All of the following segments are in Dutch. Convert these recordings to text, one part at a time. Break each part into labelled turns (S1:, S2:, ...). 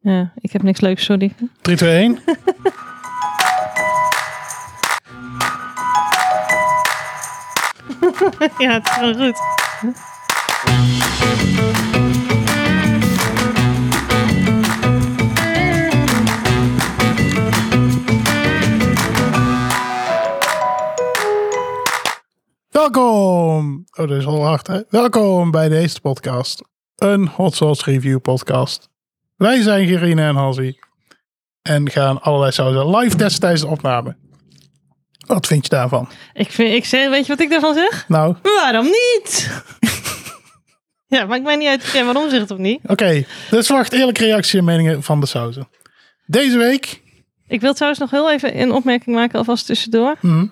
S1: Ja, ik heb niks leuks, sorry.
S2: 3, 2, 1.
S1: ja, het is gewoon goed.
S2: Welkom! Oh, dat is al hard, hè? Welkom bij deze podcast. Een Hot Sauce Review podcast. Wij zijn Gerine en Hansie. En gaan allerlei sauzen live testen tijdens de opname. Wat vind je daarvan?
S1: Ik, vind, ik zeg, weet je wat ik daarvan zeg?
S2: Nou,
S1: Waarom niet? ja, maakt mij niet uit of jij waarom zegt of niet.
S2: oké. Dus wacht eerlijke reactie en meningen van de sauzen. Deze week...
S1: Ik wil trouwens nog heel even een opmerking maken alvast tussendoor.
S2: hm,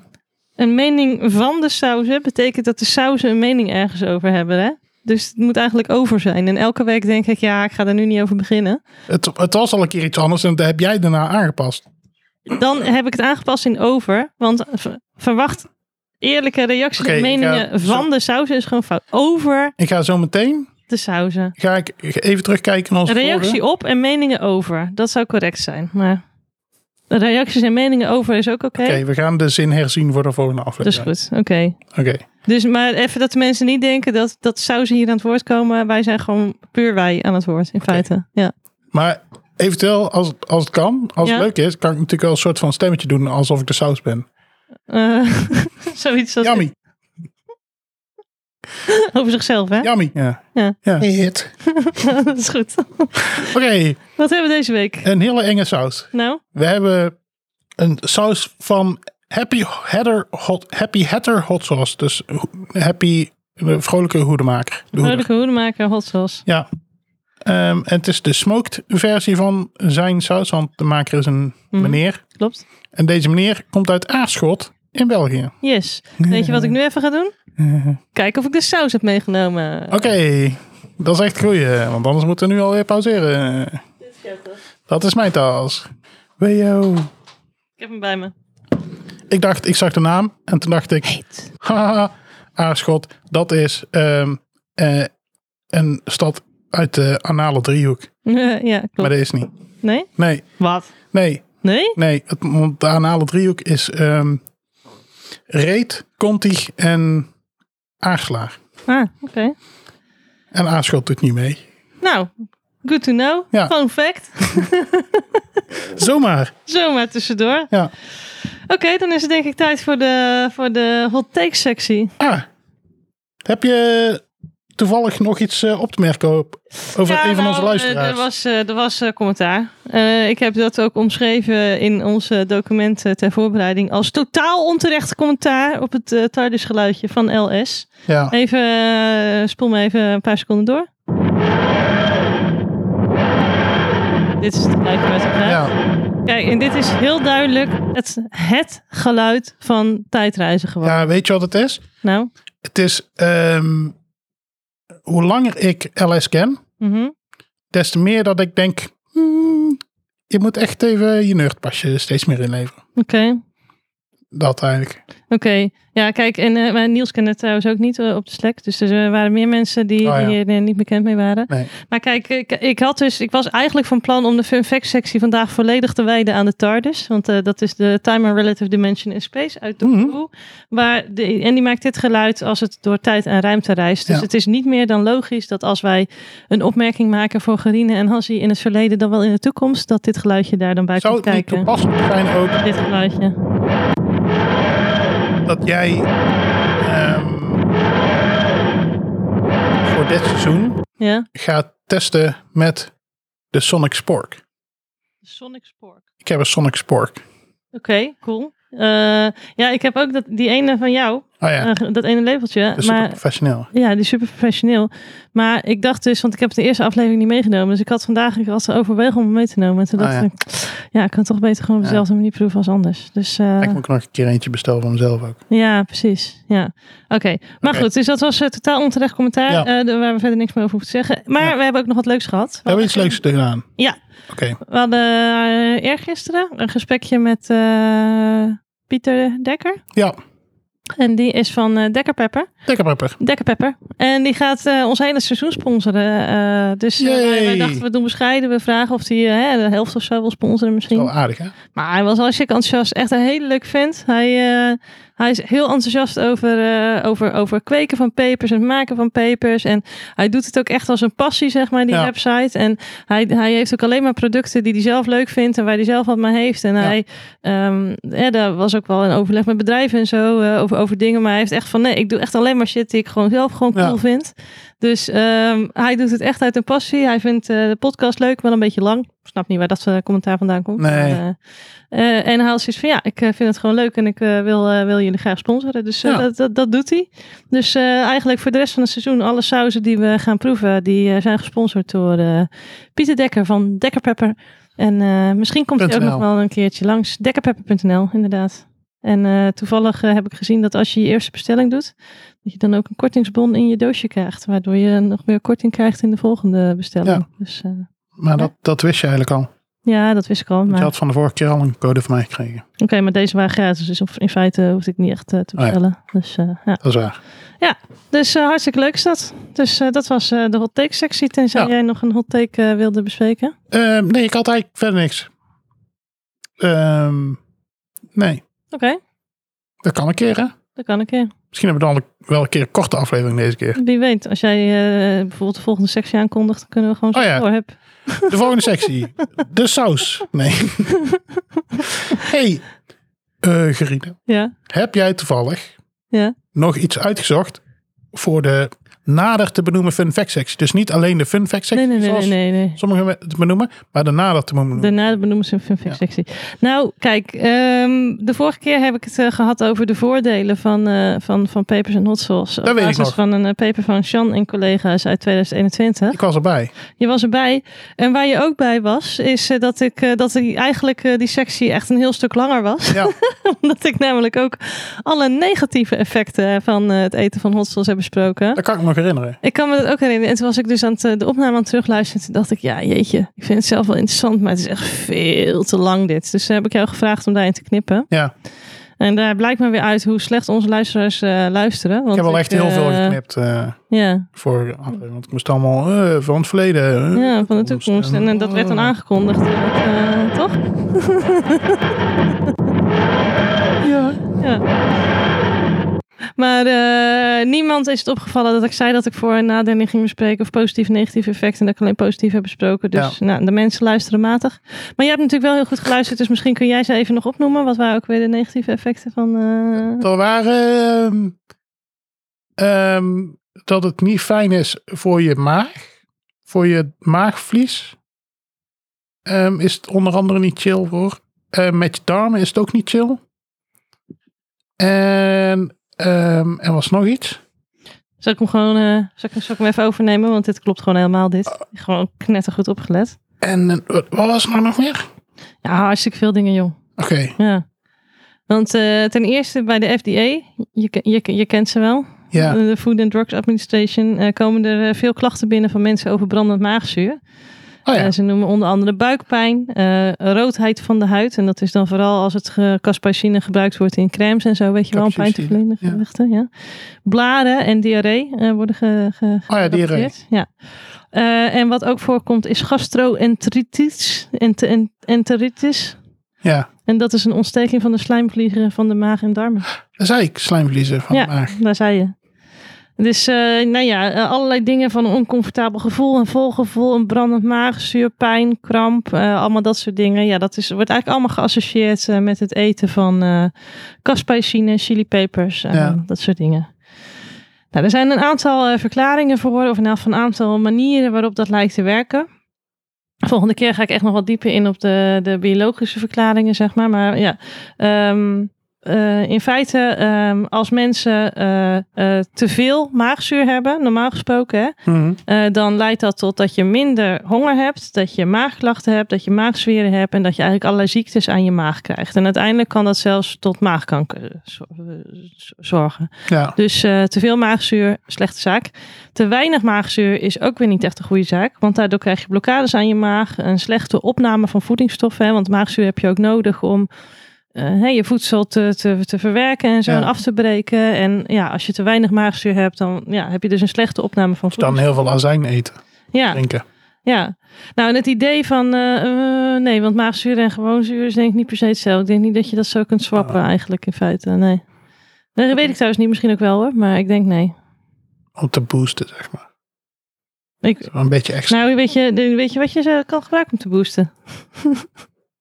S1: Een mening van de sauzen betekent dat de sauzen een mening ergens over hebben, hè? Dus het moet eigenlijk over zijn. En elke week denk ik, ja, ik ga er nu niet over beginnen.
S2: het, het was al een keer iets anders en dat heb jij daarna aangepast.
S1: Dan heb ik het aangepast in over. Want v- verwacht eerlijke reacties
S2: Oké,
S1: en
S2: ik, eh,
S1: meningen van
S2: zo-
S1: de sauzen is gewoon fout. Over
S2: Ik ga zo meteen
S1: de sauzen.
S2: ga ik even terugkijken naar onze vorige.
S1: Reactie op en meningen over. Dat zou correct zijn. Maar reacties en meningen over is ook oké.
S2: Oké, we gaan de zin herzien voor de volgende
S1: Dus
S2: aflevering.
S1: goed, oké.
S2: Oké.
S1: Dus maar even dat de mensen niet denken dat, dat sauzen hier aan het woord komen. Wij zijn gewoon puur wij aan het woord, in feite. Ja.
S2: Maar eventueel, als, het- als het kan, als
S1: Ja.
S2: het leuk is, kan ik natuurlijk wel een soort van stemmetje doen alsof ik de saus ben.
S1: Eh, zoiets als
S2: Yummy,
S1: over zichzelf, hè?
S2: yummy. Ja.
S1: Ja.
S2: Hit.
S1: dat is goed.
S2: Oké,
S1: Wat hebben we deze week?
S2: een hele enge saus.
S1: Nou,
S2: We hebben een saus van Happy Hatter Hot, Happy Hatter hot Sauce. Dus ho- Happy, de vrolijke hoedemaker. De hoeder.
S1: vrolijke hoedemaker, hot sauce.
S2: Ja. Ehm, en het is de smoked versie van zijn saus, want de maker is een
S1: Mhm.
S2: meneer.
S1: Klopt.
S2: En deze meneer komt uit Aarschot in België.
S1: Yes. Weet je wat ik nu even ga doen?
S2: Eh.
S1: Kijken of ik de saus heb meegenomen.
S2: Oké, dat is echt groeien, want anders moeten we nu alweer pauzeren. Dat is mijn taas. Wejo.
S1: Ik heb hem bij me.
S2: Ik dacht, ik zag de naam en toen dacht ik,
S1: Heet.
S2: haha, Aarschot, dat is ehm, eh, een stad uit de anale driehoek.
S1: ja,
S2: Maar
S1: klopt.
S2: dat is niet.
S1: Nee?
S2: Nee,
S1: Wat?
S2: nee,
S1: Nee?
S2: nee. Het, want de anale driehoek is ehm Reet, Contig en Aarslaar.
S1: Ah, oké.
S2: En Aarschot doet niet mee.
S1: Nou, good to know.
S2: Ja.
S1: Fun fact.
S2: Zomaar,
S1: Zomaar tussendoor.
S2: ja.
S1: Oké, dan is het denk ik tijd voor de, voor de hot take sectie.
S2: Ah, heb je toevallig nog iets eh, op te merken op, over
S1: Ja,
S2: een van
S1: nou,
S2: onze
S1: eh,
S2: luisteraars?
S1: Er was, eh, er was eh, commentaar. Eh, ik heb dat ook omschreven in onze documenten eh, ter voorbereiding als totaal onterecht commentaar op het eh TARDIS geluidje van LS.
S2: Ja,
S1: Even, eh, spoel me even een paar seconden door. Dit is het geluid uit het geluid.
S2: ja,
S1: Kijk, en dit is heel duidelijk het, het geluid van tijdreizen gewoon.
S2: ja, weet je wat het is?
S1: Nou,
S2: Het is ehm, hoe langer ik LS ken,
S1: mhm.
S2: des te meer dat ik denk, hmm, je moet echt even je nerdpasje steeds meer inleveren.
S1: oké.
S2: Dat eigenlijk.
S1: Oké, ja, kijk, en eh, maar Niels kende het trouwens ook niet eh, op de Slack. Dus er eh, waren meer mensen die,
S2: Oh, ja.
S1: die hier eh, niet bekend mee waren.
S2: Nee.
S1: Maar kijk, ik, ik, had dus, ik was eigenlijk van plan om de fun fact sectie vandaag volledig te wijden aan de TARDIS. Want eh, dat is de Time and Relative Dimension in Space uit Doctor
S2: Mhm.
S1: Who. Waar de, en die maakt dit geluid als het door tijd en ruimte reist. Dus
S2: Ja.
S1: het is niet meer dan logisch dat als wij een opmerking maken voor Gerine en Hansie in het verleden, dan wel in de toekomst, dat dit geluidje daar dan bij
S2: Zou
S1: komt
S2: het niet
S1: kijken.
S2: toepasselijk zijn ook
S1: Dit geluidje.
S2: dat jij ehm, voor dit seizoen
S1: Ja,
S2: gaat testen met de Sonic Spork?
S1: Sonic Spork.
S2: Ik heb een Sonic Spork.
S1: Oké, cool. Eh, ja, ik heb ook dat, die ene van jou,
S2: Oh ja,
S1: eh, dat ene labeltje.
S2: dat is super
S1: maar, Eh.
S2: professioneel.
S1: ja, die is super professioneel. Maar ik dacht dus, want ik heb de eerste aflevering niet meegenomen. Dus ik had vandaag ik had overwegen om hem mee te nemen. En toen
S2: Ah,
S1: dacht
S2: ja.
S1: ik, ja, ik kan toch beter gewoon op
S2: Ja.
S1: dezelfde manier proeven als anders. Dus eh,
S2: Ik moet ook nog een keer eentje bestellen voor mezelf ook.
S1: ja, precies. Ja, oké. Maar
S2: Oké.
S1: goed, dus dat was eh, totaal onterecht commentaar.
S2: Ja.
S1: eh, de- waar we verder niks meer over hoeven te zeggen. Maar
S2: Ja.
S1: we hebben ook nog wat leuks gehad.
S2: Hebben we iets leuks gedaan?
S1: Ja.
S2: Oké.
S1: We hadden eh, eergisteren een gesprekje met eh, Pieter Dekker.
S2: Ja.
S1: En die is van eh Dekker Pepper.
S2: Lekker pepper.
S1: Dekker Pepper. En die gaat eh, ons hele seizoen sponsoren. eh, dus eh,
S2: Yay.
S1: wij, wij dachten, we doen bescheiden. We vragen of hij eh, de helft of zo wil sponsoren misschien.
S2: Wel aardig, hè?
S1: Maar hij was hartstikke enthousiast. Echt een hele leuk vent. Hij, eh, hij is heel enthousiast over, eh, over, over kweken van papers en het maken van papers. En hij doet het ook echt als een passie, zeg maar, die
S2: Ja.
S1: website. En hij, hij heeft ook alleen maar producten die hij zelf leuk vindt en waar hij zelf wat mee heeft. En
S2: Ja.
S1: hij, ehm ja, daar was ook wel een overleg met bedrijven en zo eh, over, over dingen. Maar hij heeft echt van, nee, ik doe echt alleen maar shit die ik gewoon zelf gewoon
S2: Ja.
S1: cool vind. Dus ehm, hij doet het echt uit een passie. Hij vindt eh, de podcast leuk, wel een beetje lang. Ik snap niet waar dat eh, commentaar vandaan komt.
S2: Nee.
S1: Maar, eh, eh, en hij had zoiets van, ja, ik eh, vind het gewoon leuk en ik eh, wil, eh, wil jullie graag sponsoren. Dus eh,
S2: Ja.
S1: dat, dat, dat doet hij. Dus eh, eigenlijk voor de rest van het seizoen, alle sauzen die we gaan proeven, die eh, zijn gesponsord door eh, Pieter Dekker van Dekker Pepper. En eh, misschien komt hij ook
S2: .nl.
S1: nog wel een keertje langs. Dekkerpepper.nl, inderdaad. En eh, toevallig eh, heb ik gezien dat als je je eerste bestelling doet, dat je dan ook een kortingsbon in je doosje krijgt. Waardoor je nog meer korting krijgt in de volgende bestelling.
S2: Ja.
S1: Dus eh,
S2: Maar dat, dat wist je eigenlijk al.
S1: ja, dat wist ik al.
S2: Want
S1: Maar...
S2: je had van de vorige keer al een code van mij gekregen.
S1: Oké, maar deze waren gratis, dus of- in feite hoefde ik niet echt eh, te
S2: Oh ja.
S1: bestellen. Dus, eh, ja.
S2: Dat is waar.
S1: dus eh, hartstikke leuk is dat. Dus eh, dat was eh, de hot take sectie, tenzij
S2: Ja.
S1: jij nog een hot take eh, wilde bespreken.
S2: Ehm, nee, ik had eigenlijk verder niks. Ehm, nee,
S1: Oké,
S2: dat kan een keer, hè?
S1: dat kan ik, ja.
S2: Misschien hebben we dan wel een keer een korte aflevering deze keer.
S1: Wie weet, als jij eh, bijvoorbeeld de volgende sectie aankondigt, dan kunnen we gewoon
S2: Oh ja.
S1: door hebben.
S2: De volgende sectie. De saus. Nee. hey, eh Gerine.
S1: Ja,
S2: Heb jij toevallig
S1: ja.
S2: nog iets uitgezocht voor de nader te benoemen fun fact sectie? Dus niet alleen de fun fact sectie,
S1: Nee, nee, nee,
S2: zoals
S1: nee, nee. nee.
S2: sommigen het benoemen, maar de nader te benoemen.
S1: Daarna benoemen ze een fanfic
S2: Ja.
S1: sectie. Nou, kijk, ehm, de vorige keer heb ik het eh, gehad over de voordelen van, eh, van, van Papers en Hot Sauce. Op
S2: Dat weet ik
S1: basis
S2: nog.
S1: van een eh, paper van Sean en collega's uit 2021.
S2: Ik was erbij.
S1: Je was erbij. En waar je ook bij was, is eh, dat ik eh, dat die, eigenlijk eh, die sectie echt een heel stuk langer was.
S2: Ja,
S1: Omdat ik namelijk ook alle negatieve effecten van eh, het eten van hotels heb besproken.
S2: dat kan ik me nog herinneren.
S1: Ik kan me dat ook herinneren. En toen was ik dus aan het, eh, de opname aan het terugluisteren. Toen dacht ik, ja jeetje, ik vind het zelf wel interessant, maar het is echt veel te lang dit. Dus toen heb ik jou gevraagd om daarin te knippen.
S2: Ja,
S1: En daar blijkt maar weer uit hoe slecht onze luisteraars eh, luisteren. Want
S2: ik heb al echt heel
S1: eh,
S2: veel geknipt eh
S1: Ja,
S2: vorige aflevering. Want ik moest allemaal eh, van het verleden. eh,
S1: ja, van de toekomst. En, eh, dat werd dan aangekondigd. eh, toch?
S2: Ja.
S1: Ja. Maar eh, niemand is het opgevallen dat ik zei dat ik voor en nadelen ging bespreken. Of positief en negatief effect. En dat ik alleen positief heb besproken. Dus nou, de mensen luisteren matig. Maar jij hebt natuurlijk wel heel goed geluisterd. Dus misschien kun jij ze even nog opnoemen. Wat waren ook weer de negatieve effecten van... eh,
S2: Er waren ehm, ehm, dat het niet fijn is voor je maag, voor je maagvlies. Ehm, is het onder andere niet chill voor. Ehm, met je darmen is het ook niet chill. En ehm, er was nog iets.
S1: zal ik hem gewoon eh, zal ik, zal ik hem even overnemen? Want dit klopt gewoon helemaal dit. Gewoon knettergoed opgelet.
S2: En eh, wat wat was er nou nog meer?
S1: Ja, hartstikke veel dingen jong.
S2: Oké,
S1: Ja. Want eh, ten eerste bij de FDA. Je, ken- je, ken- je kent ze wel.
S2: ja.
S1: De Food and Drugs Administration eh, komen er eh, veel klachten binnen van mensen over brandend maagzuur.
S2: Oh ja,
S1: Eh, ze noemen onder andere buikpijn, eh, roodheid van de huid. En dat is dan vooral als het ge- caspacine gebruikt wordt in crèmes en zo. Weet je wel, om pijn te
S2: Capsaicine,
S1: verlenen.
S2: ja.
S1: gewichten, Ja. Blaren en diarree eh, worden ge, ge,
S2: oh ja, die reet.
S1: gerapporteerd. Ja. Eh, en wat ook voorkomt is gastroenteritis. Ent, ent- enteritis.
S2: Ja,
S1: En dat is een ontsteking van de slijmvliegen van de maag en darmen.
S2: dat zei ik, slijmverliezen van
S1: Ja.
S2: de maag.
S1: Daar zei je. Dus eh, nou ja, eh, allerlei dingen van een oncomfortabel gevoel, een volgevoel, een brandend maagzuur, pijn, kramp, eh, allemaal dat soort dingen. Ja, dat is, wordt eigenlijk allemaal geassocieerd eh, met het eten van eh kaspaicine, chilipepers, eh,
S2: Ja.
S1: dat soort dingen. Nou, er zijn een aantal eh, verklaringen voor, of in elk geval een aantal manieren waarop dat lijkt te werken. Volgende keer ga ik echt nog wat dieper in op de, de biologische verklaringen, zeg maar. Maar ja, ehm, eh, in feite, ehm, als mensen eh, eh, te veel maagzuur hebben, normaal gesproken, hè,
S2: Mhm.
S1: eh, dan leidt dat tot dat je minder honger hebt, dat je maagklachten hebt, dat je maagzweren hebt en dat je eigenlijk allerlei ziektes aan je maag krijgt. En uiteindelijk kan dat zelfs tot maagkanker zo- eh, z- zorgen.
S2: Ja,
S1: Dus eh, te veel maagzuur, slechte zaak. Te weinig maagzuur is ook weer niet echt een goede zaak. Want daardoor krijg je blokkades aan je maag. Een slechte opname van voedingsstoffen. Hè, want maagzuur heb je ook nodig om eh, hè, je voedsel te, te, te verwerken en zo
S2: Ja.
S1: en af te breken. En ja, als je te weinig maagzuur hebt, dan ja, heb je dus een slechte opname van
S2: Dus dan
S1: voedsel.
S2: heel veel azijn eten,
S1: Ja,
S2: drinken.
S1: ja. Nou, en het idee van eh, eh, nee, want maagzuur en gewoon zuur is denk ik niet per se hetzelfde. Ik denk niet dat je dat zo kunt swappen
S2: Ah.
S1: eigenlijk in feite. Nee. Nee, Dat weet ik trouwens niet, misschien ook wel hoor, maar ik denk nee.
S2: Om te boosten, zeg maar.
S1: Ik,
S2: Een beetje extra.
S1: nou, weet je, de- weet je wat je zo kan gebruiken om te boosten?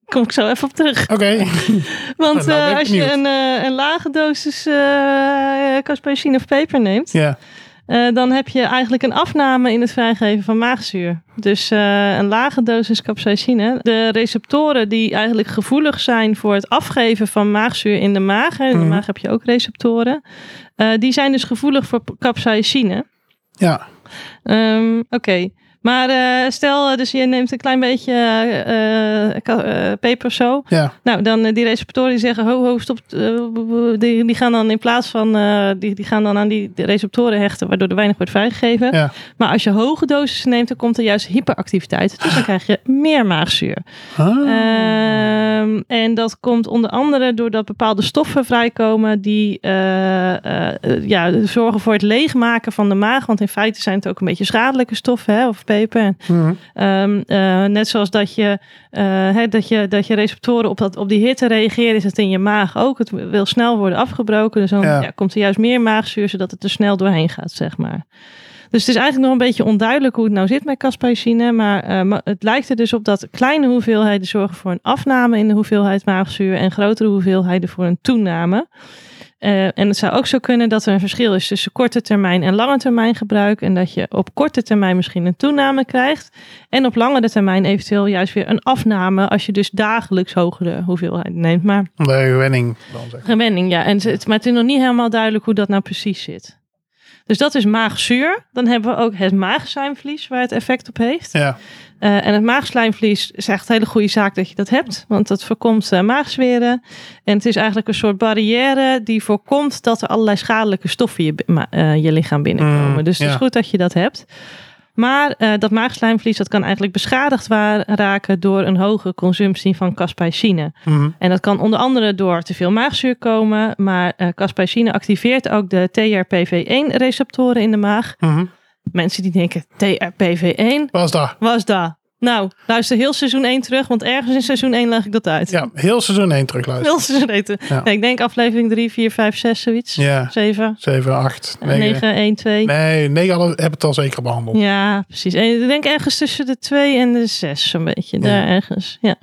S1: Kom ik zo even op terug.
S2: Oké, Nou, nou
S1: Want eh,
S2: ben ik
S1: als je
S2: benieuwd.
S1: een, eh, een lage dosis eh caspacine of peper neemt,
S2: ja.
S1: eh, dan heb je eigenlijk een afname in het vrijgeven van maagzuur. Dus eh, een lage dosis capsaicine. De receptoren die eigenlijk gevoelig zijn voor het afgeven van maagzuur in de maag. hè, In de
S2: Mhm.
S1: maag heb je ook receptoren. eh, die zijn dus gevoelig voor p- capsaicine.
S2: Ja,
S1: Ehm, Oké. Maar eh, stel, eh, dus je neemt een klein beetje eh, eh, ka- eh, peper zo.
S2: ja.
S1: Nou, dan eh, die receptoren die zeggen, ho, ho, stop. eh, w- w- die, die gaan dan in plaats van, eh, die, die gaan dan aan die die receptoren hechten, waardoor er weinig wordt vrijgegeven.
S2: Ja.
S1: Maar als je hoge doses neemt, dan komt er juist hyperactiviteit. Dus dan krijg je meer maagzuur.
S2: Ah,
S1: Ehm, en dat komt onder andere doordat bepaalde stoffen vrijkomen die eh, eh, eh, ja, zorgen voor het leegmaken van de maag. Want in feite zijn het ook een beetje schadelijke stoffen, hè, of peper. En
S2: mhm.
S1: Ehm, eh, net zoals dat je, eh, hè, dat je, dat je receptoren op, dat, op die hitte reageren, is het in je maag ook. Het wil snel worden afgebroken. Dus dan
S2: Ja.
S1: ja, komt er juist meer maagzuur, zodat het er snel doorheen gaat, zeg maar. Dus het is eigenlijk nog een beetje onduidelijk hoe het nou zit met caspacine. Maar eh, ma- het lijkt er dus op dat kleine hoeveelheden zorgen voor een afname in de hoeveelheid maagzuur. En grotere hoeveelheden voor een toename. Eh, en het zou ook zo kunnen dat er een verschil is tussen korte termijn en lange termijn gebruik. En dat je op korte termijn misschien een toename krijgt. En op langere termijn eventueel juist weer een afname. Als je dus dagelijks hogere hoeveelheid neemt. Maar
S2: de gewenning dan zeg. maar.
S1: gewenning, ja. En het, maar het is nog niet helemaal duidelijk hoe dat nou precies zit. Dus dat is maagzuur. Dan hebben we ook het maagzuimvlies waar het effect op heeft.
S2: Ja,
S1: Eh, en het maagslijmvlies is echt een hele goede zaak dat je dat hebt, want dat voorkomt eh, maagzweren. En het is eigenlijk een soort barrière die voorkomt dat er allerlei schadelijke stoffen je, bi- ma- eh, je lichaam binnenkomen.
S2: Mm,
S1: dus het
S2: ja.
S1: is goed dat je dat hebt. Maar eh, dat maagslijmvlies dat kan eigenlijk beschadigd wa- raken door een hoge consumptie van caspacine.
S2: mhm.
S1: En dat kan onder andere door te veel maagzuur komen, maar eh caspacine activeert ook de TRPV1-receptoren in de maag.
S2: Mhm.
S1: Mensen die denken TRPV1,
S2: was daar.
S1: was dat. Nou, luister heel seizoen 1 terug, want ergens in seizoen 1 leg ik dat uit.
S2: Ja, heel seizoen 1 terugluisteren.
S1: Heel seizoen 1.
S2: Ja.
S1: Nee, ik denk aflevering 3, 4, 5, 6, zoiets.
S2: Ja,
S1: 7,
S2: 7, 8, 9.
S1: 9, 1, 2.
S2: Nee, 9 hadden, hebben het al zeker behandeld.
S1: Ja, precies. En ik denk ergens tussen de 2 en de 6, zo'n beetje.
S2: Ja.
S1: Daar ergens, ja.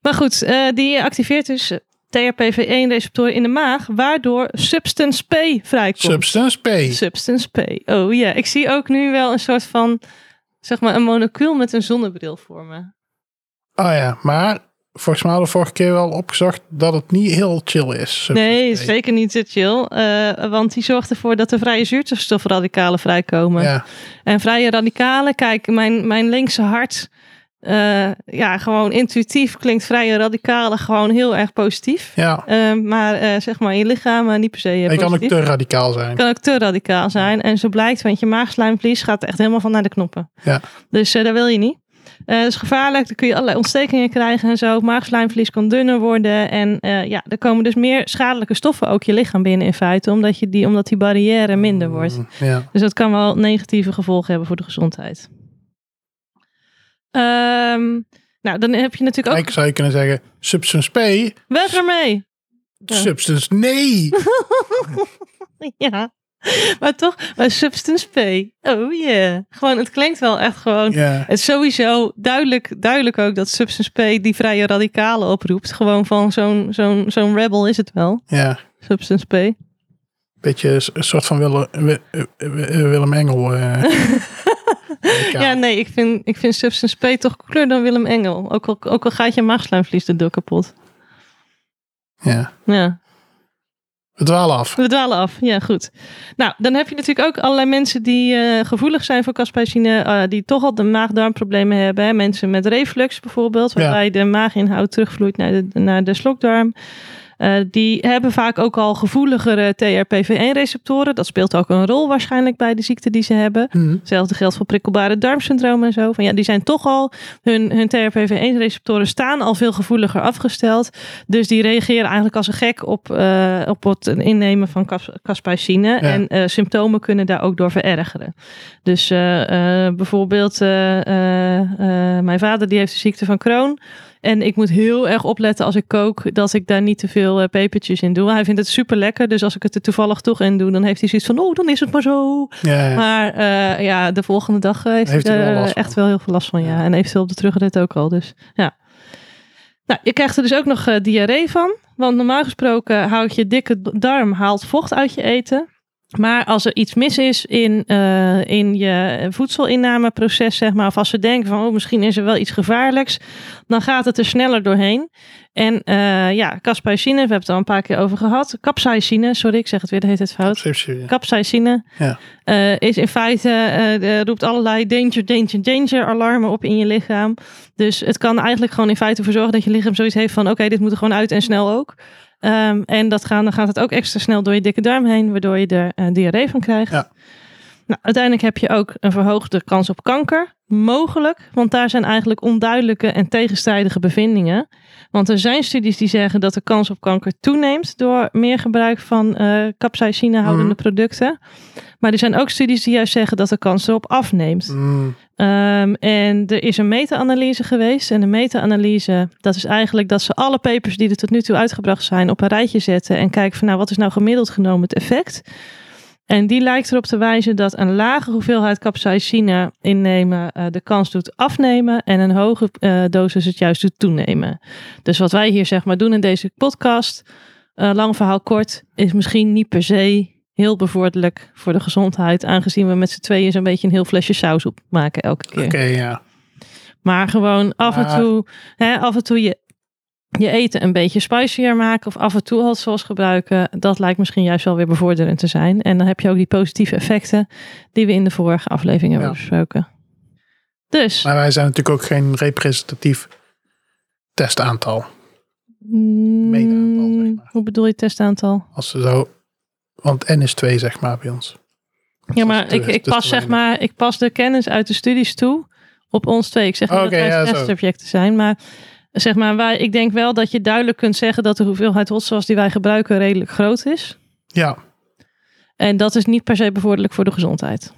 S1: Maar goed, eh, die activeert dus TRPV1-receptoren in de maag, waardoor substance P vrijkomt.
S2: Substance P.
S1: Substance P. Oh ja, ik zie ook nu wel een soort van, zeg maar, een monocuul met een zonnebril voor me.
S2: Oh ja, maar volgens mij hadden we vorige keer wel opgezocht dat het niet heel chill is.
S1: Nee,
S2: Substance P.
S1: zeker niet zo chill. eh, want die zorgt ervoor dat er vrije zuurstofradicalen vrijkomen.
S2: Ja,
S1: En vrije radicalen, kijk, mijn, mijn linkse hart. eh, ja, gewoon intuïtief klinkt vrije radicalen gewoon heel erg positief.
S2: ja.
S1: Eh, maar eh, zeg maar in je lichaam eh, niet per se eh,
S2: Ik kan ook
S1: positief.
S2: te radicaal zijn.
S1: kan ook te radicaal zijn. En zo blijkt, want je maagslijmvlies gaat echt helemaal van naar de knoppen.
S2: Ja.
S1: Dus eh dat wil je niet. Eh dat is gevaarlijk, dan kun je allerlei ontstekingen krijgen en zo. Maagslijmvlies kan dunner worden. En eh, ja, er komen dus meer schadelijke stoffen ook je lichaam binnen in feite. Omdat, je die, omdat die barrière minder wordt.
S2: Mm, Ja.
S1: Dus dat kan wel negatieve gevolgen hebben voor de gezondheid. Ehm, nou, dan heb je natuurlijk ook...
S2: Ik zou je kunnen zeggen, Substance P,
S1: Weg ermee! Ja.
S2: Substance nee.
S1: Ja. Maar toch, maar Substance P. Oh yeah. Gewoon, het klinkt wel echt gewoon.
S2: ja.
S1: Het is sowieso duidelijk, duidelijk ook dat Substance P die vrije radicalen oproept. Gewoon van zo'n zo'n zo'n rebel is het wel,
S2: Ja,
S1: Substance P.
S2: beetje een soort van Willem, Wi- eh, Willem Engel. eh,
S1: Ja,
S2: radicaal.
S1: nee, ik vind, ik vind Substance P toch cooler dan Willem Engel. Ook al, ook al gaat je maagslijmvlies de deur kapot.
S2: ja.
S1: Ja,
S2: We dwalen af.
S1: we dwalen af. Ja, goed. Nou, dan heb je natuurlijk ook allerlei mensen die eh, gevoelig zijn voor caspacine. eh, die toch al de maag-darmproblemen hebben. Hè? Mensen met reflux bijvoorbeeld.
S2: Ja.
S1: Waarbij de maaginhoud terugvloeit naar de, naar de slokdarm. Eh, Eh, die hebben vaak ook al gevoeligere TRPV1-receptoren. Dat speelt ook een rol waarschijnlijk bij de ziekte die ze hebben.
S2: Hm.
S1: Hetzelfde geldt voor prikkelbare darmsyndroom en zo. Van ja, die zijn toch al, hun, hun TRPV1-receptoren staan al veel gevoeliger afgesteld. Dus die reageren eigenlijk als een gek op, eh, op het innemen van cas- caspacine. En eh, symptomen kunnen daar ook door verergeren. Dus eh, eh, bijvoorbeeld, eh, eh, eh, mijn vader die heeft de ziekte van Crohn. En ik moet heel erg opletten als ik kook dat ik daar niet te veel eh, pepertjes in doe. Hij vindt het super lekker, dus als ik het er toevallig toch in doe, dan heeft hij zoiets van: oh, dan is het maar zo.
S2: Ja, ja.
S1: Maar eh, ja, de volgende dag eh, heeft,
S2: Heeft
S1: hij
S2: hij er
S1: er
S2: wel last
S1: eh,
S2: van.
S1: echt wel heel veel last van. Ja.
S2: Ja.
S1: En eventueel op de terugrit ook al. Dus ja. Nou, je krijgt er dus ook nog eh, diarree van. Want normaal gesproken houdt je dikke d- darm haalt vocht uit je eten. Maar als er iets mis is in, eh, in je voedselinnameproces, zeg maar, of als ze denken van oh, misschien is er wel iets gevaarlijks, dan gaat het er sneller doorheen. En eh, ja, capsaicine, we hebben het al een paar keer over gehad. Capsaicine, sorry, ik zeg het weer, de heet het fout.
S2: Precies, ja.
S1: Capsaicine
S2: Ja.
S1: eh, is in feite, eh, de- roept allerlei danger, danger, danger alarmen op in je lichaam. Dus het kan eigenlijk gewoon in feite ervoor zorgen dat je lichaam zoiets heeft van oké, dit moet er gewoon uit en snel ook. Ehm, en dat gaan, dan gaat het ook extra snel door je dikke darm heen, waardoor je er eh, diarree van krijgt.
S2: Ja.
S1: Nou, uiteindelijk heb je ook een verhoogde kans op kanker. Mogelijk, want daar zijn eigenlijk onduidelijke en tegenstrijdige bevindingen. Want er zijn studies die zeggen dat de kans op kanker toeneemt door meer gebruik van eh capsaicine houdende
S2: Mhm.
S1: producten. Maar er zijn ook studies die juist zeggen dat de kans erop afneemt.
S2: Mm,
S1: Ehm, en er is een meta-analyse geweest. En de meta-analyse, dat is eigenlijk dat ze alle papers die er tot nu toe uitgebracht zijn op een rijtje zetten. En kijken van nou, wat is nou gemiddeld genomen het effect? En die lijkt erop te wijzen dat een lage hoeveelheid capsaicine innemen eh, de kans doet afnemen. En een hoge eh, dosis het juist doet toenemen. Dus wat wij hier zeg maar doen in deze podcast, eh, lang verhaal kort, is misschien niet per se heel bevorderlijk voor de gezondheid. Aangezien we met z'n tweeën zo'n beetje een heel flesje saus op maken elke keer.
S2: Oké, ja.
S1: Maar gewoon af en
S2: Maar-
S1: toe, hè, af en toe je, je eten een beetje spicier maken of af en toe hot sauce gebruiken, dat lijkt misschien juist wel weer bevorderend te zijn. En dan heb je ook die positieve effecten die we in de vorige aflevering hebben
S2: Ja.
S1: besproken. Dus,
S2: Maar wij zijn natuurlijk ook geen representatief testaantal. mede-aantal, zeg
S1: mm,
S2: maar.
S1: hoe bedoel je testaantal?
S2: Als ze zo... Want N is 2, zeg maar, bij ons.
S1: Ja,
S2: is
S1: maar
S2: te-
S1: ik,
S2: dat is
S1: ik
S2: te
S1: pas zeg
S2: weinig.
S1: maar, ik pas de kennis uit de studies toe op ons twee. Ik zeg niet
S2: Oké,
S1: dat wij
S2: ja, zo.
S1: testobjecten zijn, maar zeg maar, wij, ik denk wel dat je duidelijk kunt zeggen dat de hoeveelheid hot sauce die wij gebruiken redelijk groot is.
S2: Ja, oké.
S1: En dat is niet per se bevorderlijk voor de gezondheid.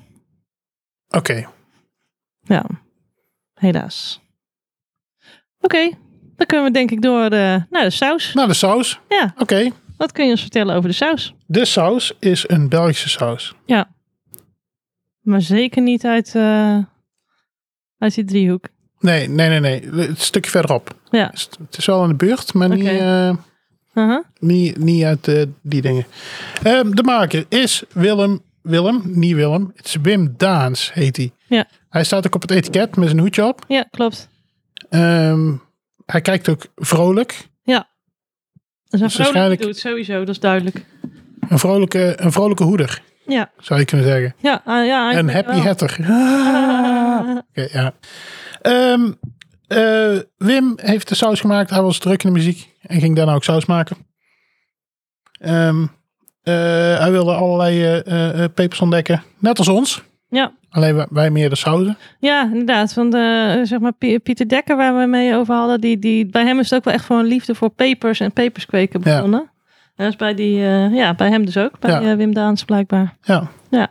S1: Ja, helaas. Oké, dan kunnen we denk ik door eh, naar de saus.
S2: Nou, de saus.
S1: Ja.
S2: Oké.
S1: Wat kun je ons vertellen over de saus?
S2: De saus is een Belgische saus.
S1: Maar zeker niet uit, eh, uit die driehoek.
S2: Nee, nee, nee, nee. Het stukje verderop.
S1: Ja.
S2: Dus Het is wel in de buurt, maar niet,
S1: Oké.
S2: eh,
S1: Uh-huh.
S2: niet, niet uit eh, die dingen. Ehm, de maker is Willem. Willem, niet Willem. Het is Wim Daans, heet hij.
S1: Ja.
S2: Hij staat ook op het etiket met zijn hoedje op.
S1: Ja, klopt.
S2: Ehm, hij kijkt ook vrolijk.
S1: Dat is een
S2: Dus
S1: vrolijk
S2: waarschijnlijk-
S1: doet sowieso, dat is duidelijk.
S2: Een vrolijke, een vrolijke hoeder,
S1: Ja,
S2: zou je kunnen zeggen.
S1: ja, ah, ja.
S2: Een
S1: eigenlijk
S2: happy
S1: wel.
S2: hatter.
S1: Ah.
S2: Oké, ja. Ehm, eh, Wim heeft de saus gemaakt. Hij was druk in de muziek en ging daarna ook saus maken. Ehm, eh, hij wilde allerlei eh, eh, eh, pepers ontdekken. Net als ons.
S1: Ja.
S2: Alleen wij, wij meer de sauzen.
S1: Ja, inderdaad. Want eh, zeg maar Pie- Pieter Dekker, waar we mee over hadden, die, die, bij hem is het ook wel echt gewoon liefde voor pepers en pepers kweken
S2: Ja.
S1: begonnen. En dat is bij, die, eh, ja, bij hem dus ook, bij
S2: Ja.
S1: eh, Wim Daans blijkbaar.
S2: Ja.
S1: Ja.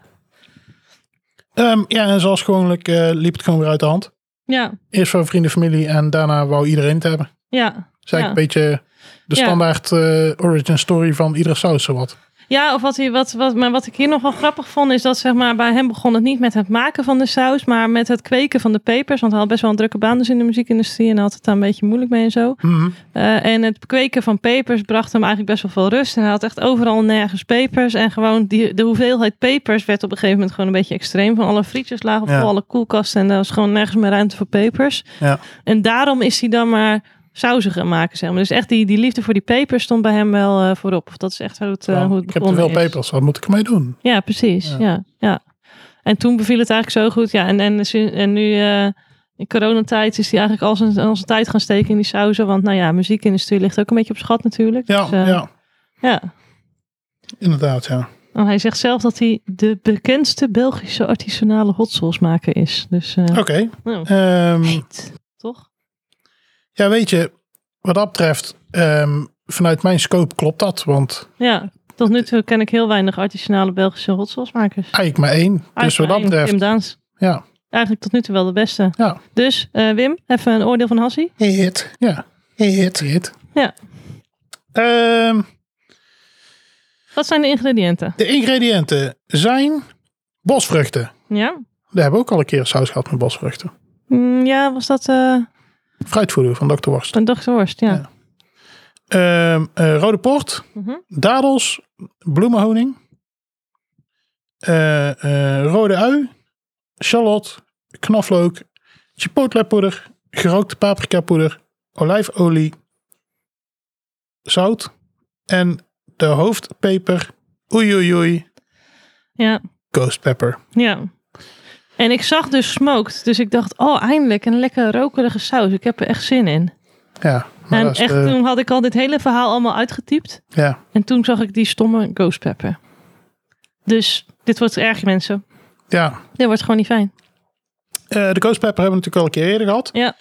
S2: Ehm, ja, en zoals gewoonlijk eh, liep het gewoon weer uit de hand.
S1: Ja,
S2: Eerst voor vrienden, familie en daarna wou iedereen het hebben.
S1: ja.
S2: Dus eigenlijk
S1: Ja.
S2: een beetje de
S1: Ja.
S2: standaard eh, origin story van iedere saus zowat.
S1: Ja, of wat, hij, wat, wat, maar wat ik hier nog wel grappig vond, is dat zeg maar, bij hem begon het niet met het maken van de saus, maar met het kweken van de pepers. Want hij had best wel een drukke baan dus in de muziekindustrie en hij had het daar een beetje moeilijk mee en zo.
S2: Mhm.
S1: Eh, en het kweken van pepers bracht hem eigenlijk best wel veel rust. En hij had echt overal nergens pepers. En gewoon die, de hoeveelheid pepers werd op een gegeven moment gewoon een beetje extreem. Van alle frietjes lagen
S2: Ja.
S1: vol, alle koelkasten. En er was gewoon nergens meer ruimte voor pepers.
S2: Ja.
S1: En daarom is hij dan maar sauzen gaan maken, zeg maar. Dus echt die, die liefde voor die pepers stond bij hem wel eh, voorop. Of Dat is echt hoe het, eh,
S2: Van,
S1: hoe het
S2: ik heb te
S1: begonnen
S2: veel
S1: is.
S2: pepers, wat moet ik ermee doen?
S1: Ja, precies. Ja.
S2: Ja.
S1: Ja, En toen beviel het eigenlijk zo goed. Ja, en, en, en nu eh, In coronatijd is hij eigenlijk al zijn, al zijn tijd gaan steken in die sauzen. Want nou ja, muziekindustrie ligt ook een beetje op schat natuurlijk.
S2: Ja,
S1: Dus, eh,
S2: ja,
S1: ja.
S2: inderdaad, ja.
S1: En hij zegt zelf dat hij de bekendste Belgische artisanale hot sauce maker is. Dus eh,
S2: Oké.
S1: nou,
S2: ehm,
S1: heet, toch?
S2: ja, weet je, wat dat betreft, ehm, vanuit mijn scope klopt dat. Want
S1: Ja, tot nu toe ken ik heel weinig artisanale Belgische hot sauce makers.
S2: eigenlijk maar één. dus wat dat
S1: Eigenlijk eh,
S2: betreft,
S1: Wim Daans.
S2: ja.
S1: Eigenlijk tot nu toe wel de beste.
S2: Ja.
S1: Dus eh, Wim, even een oordeel van Hassie.
S2: Hit. Ja. Hit. Hit.
S1: Ja.
S2: Ehm,
S1: Wat zijn de ingrediënten?
S2: de ingrediënten zijn bosvruchten.
S1: Ja,
S2: We hebben ook al een keer saus gehad met bosvruchten.
S1: Mm, ja was dat eh,
S2: Fruitvoeder van Dr. Worst.
S1: een dochterworst? Ja.
S2: Ja. Ehm, eh, rode port,
S1: Mhm.
S2: dadels, bloemenhoning, eh, eh, rode ui, shallot, knoflook, chipotlepoeder, gerookte paprikapoeder, olijfolie, zout en de hoofdpeper, oei oei oei,
S1: ja,
S2: ghost pepper.
S1: ja. En ik zag dus smoked, dus ik dacht, oh eindelijk een lekker rokerige saus. Ik heb er echt zin in.
S2: Ja, maar
S1: en
S2: dat is eh,
S1: echt,
S2: de-
S1: toen had ik al dit hele verhaal allemaal uitgetypt.
S2: ja,
S1: En toen zag ik die stomme ghost pepper. Dus dit wordt erg, mensen.
S2: ja.
S1: Dit wordt gewoon niet fijn.
S2: Eh, de ghost pepper hebben we natuurlijk al een keer eerder gehad.
S1: Ja.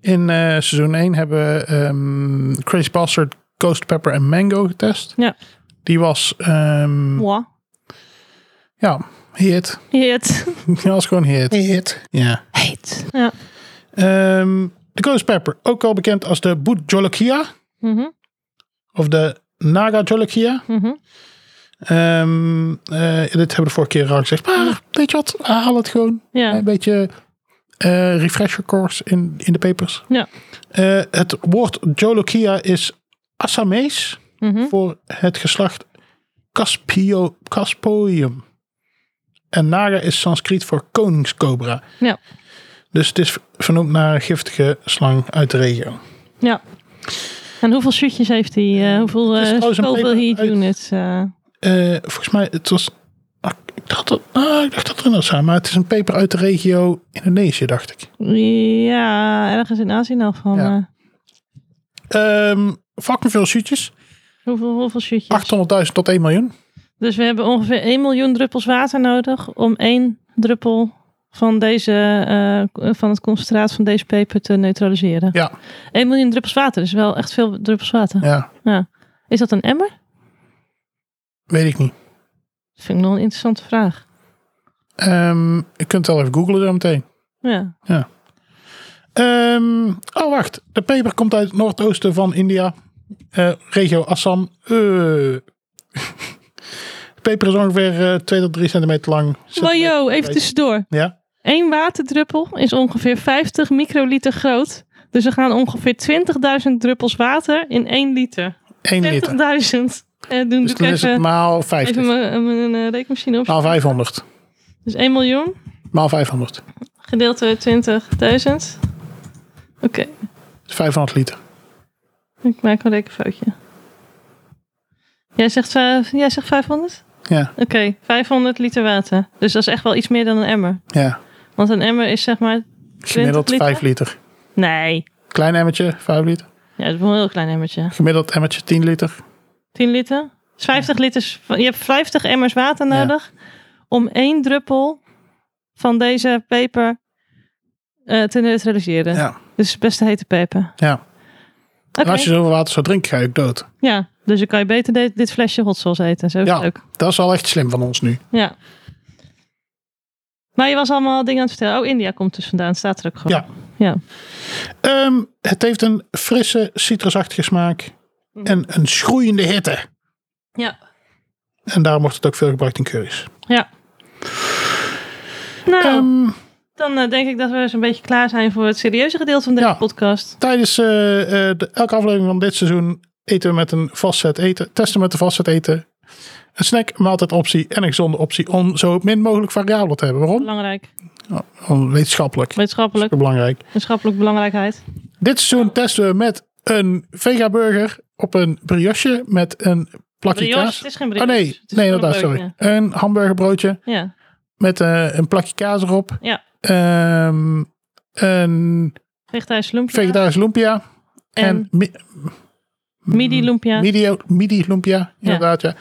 S2: In eh, seizoen 1 hebben we ehm, Crazy Bastard, Ghost Pepper en Mango getest.
S1: Ja.
S2: Die was, ehm,
S1: Mwah.
S2: ja, hit.
S1: Heet.
S2: Die was gewoon hit. Hit. Ja.
S1: Heet. Ja.
S2: Ehm, de Ghost Pepper, ook al bekend als de Boot Jolokia
S1: Mhm,
S2: of de Naga Jolokia.
S1: mhm.
S2: Ehm, eh, dit hebben we de vorige keer al gezegd. Maar weet je wat, haal het gewoon.
S1: Ja.
S2: Een beetje eh, refresher course in, in de papers.
S1: Ja.
S2: Eh, het woord Jolokia is Assamees
S1: Mhm.
S2: voor het geslacht Caspio, Caspoium. En Naga is Sanskriet voor koningscobra.
S1: Ja.
S2: Dus het is vernoemd naar een giftige slang uit de regio.
S1: ja. En hoeveel shootjes heeft hij? Eh, hoeveel
S2: Het is
S1: eh
S2: trouwens een
S1: Scoville
S2: paper
S1: heat
S2: uit-
S1: units? eh?
S2: Eh, volgens mij, het was... ah, Ik dacht dat, ah, ik dacht dat er nog zijn, maar het is een paper uit de regio Indonesië, dacht ik.
S1: ja, ergens in Azië nou van.
S2: Ja.
S1: eh,
S2: Ehm fucking veel shootjes.
S1: hoeveel, hoeveel shootjes?
S2: 800.000 tot 1 miljoen.
S1: Dus we hebben ongeveer 1 miljoen druppels water nodig om één druppel van, deze, eh, van het concentraat van deze peper te neutraliseren.
S2: Ja.
S1: 1 miljoen druppels water is wel echt veel druppels water.
S2: Ja,
S1: Is dat een emmer?
S2: weet ik niet.
S1: Dat vind ik nog een interessante vraag.
S2: Ehm je kunt wel even googlen zo meteen.
S1: Ja.
S2: Ehm, oh, wacht. De peper komt uit het noordoosten van India. Eh, regio Assam. Eh. De peper is ongeveer eh, 2 tot 3 centimeter lang.
S1: Maar yo, even
S2: weet-
S1: tussendoor.
S2: Ja,
S1: Eén waterdruppel is ongeveer 50 microliter groot. Dus er gaan ongeveer 20.000 druppels water in 1 liter.
S2: 1
S1: 20.000.
S2: liter.
S1: Eh, doen
S2: Dus
S1: doe
S2: dan
S1: ik
S2: is het Oh.
S1: even,
S2: maal
S1: even
S2: 50.
S1: mijn, mijn eh, rekenmachine op.
S2: Maal 500.
S1: Dus 1 miljoen.
S2: Maal 500.
S1: Gedeeld door 20.000. Oké,
S2: Dat is 500 Dus liter.
S1: ik maak een rekenfoutje. Jij zegt, eh, jij zegt 500?
S2: Ja,
S1: Oké, 500 liter water. Dus dat is echt wel iets meer dan een emmer.
S2: ja.
S1: Want een emmer is zeg maar...
S2: Gemiddeld
S1: 20 liter?
S2: 5 liter.
S1: Nee.
S2: Klein emmertje, 5 liter.
S1: Ja, dat is wel een heel klein emmertje.
S2: Gemiddeld emmertje, 10 liter.
S1: 10 liter? Dat is 50 liters. van- Je hebt 50 emmers water nodig om één druppel van deze peper eh, te neutraliseren.
S2: Ja.
S1: Dus best een hete peper.
S2: ja. En
S1: Oké.
S2: als je zoveel water zou drinken, ga je ook dood.
S1: Ja, dus dan kan je beter dit, dit flesje hot sauce eten. Zo is
S2: Ja.
S1: het ook.
S2: Dat is wel echt slim van ons nu.
S1: Ja. Maar je was allemaal dingen aan het vertellen. Oh, India komt dus vandaan. Staat er ook gewoon.
S2: Ja. Ehm, het heeft een frisse, citrusachtige smaak.
S1: Mhm.
S2: En een schroeiende hitte.
S1: Ja.
S2: En daarom wordt het ook veel gebruikt in curry's.
S1: Ja. Nou,
S2: Ehm,
S1: dan eh, denk ik dat we zo'n beetje klaar zijn voor het serieuze gedeelte van deze
S2: Ja.
S1: podcast.
S2: tijdens eh, eh, de, elke aflevering van dit seizoen eten we met een vast set eten. Testen met een vast set eten. Een snack, een maaltijdoptie en een gezonde optie. Om zo min mogelijk variabelen te hebben. Waarom?
S1: Belangrijk.
S2: Om wetenschappelijk. Dat
S1: Wetenschappelijk.
S2: is belangrijk.
S1: Wetenschappelijk belangrijkheid.
S2: Dit seizoen testen we met een vega burger op een brioche met een plakje
S1: Brioche,
S2: kaas.
S1: het is geen
S2: Oh
S1: brioche.
S2: nee,
S1: Het is
S2: nee
S1: gewoon
S2: inderdaad,
S1: een
S2: sorry.
S1: broodje.
S2: Een hamburgerbroodje.
S1: Ja.
S2: Met eh, een plakje kaas erop.
S1: Ja.
S2: Ehm, een
S1: Vegetarische lumpia.
S2: vegetarische lumpia. En,
S1: En
S2: mi-
S1: midi lumpia.
S2: Midi, midi lumpia, inderdaad, ja.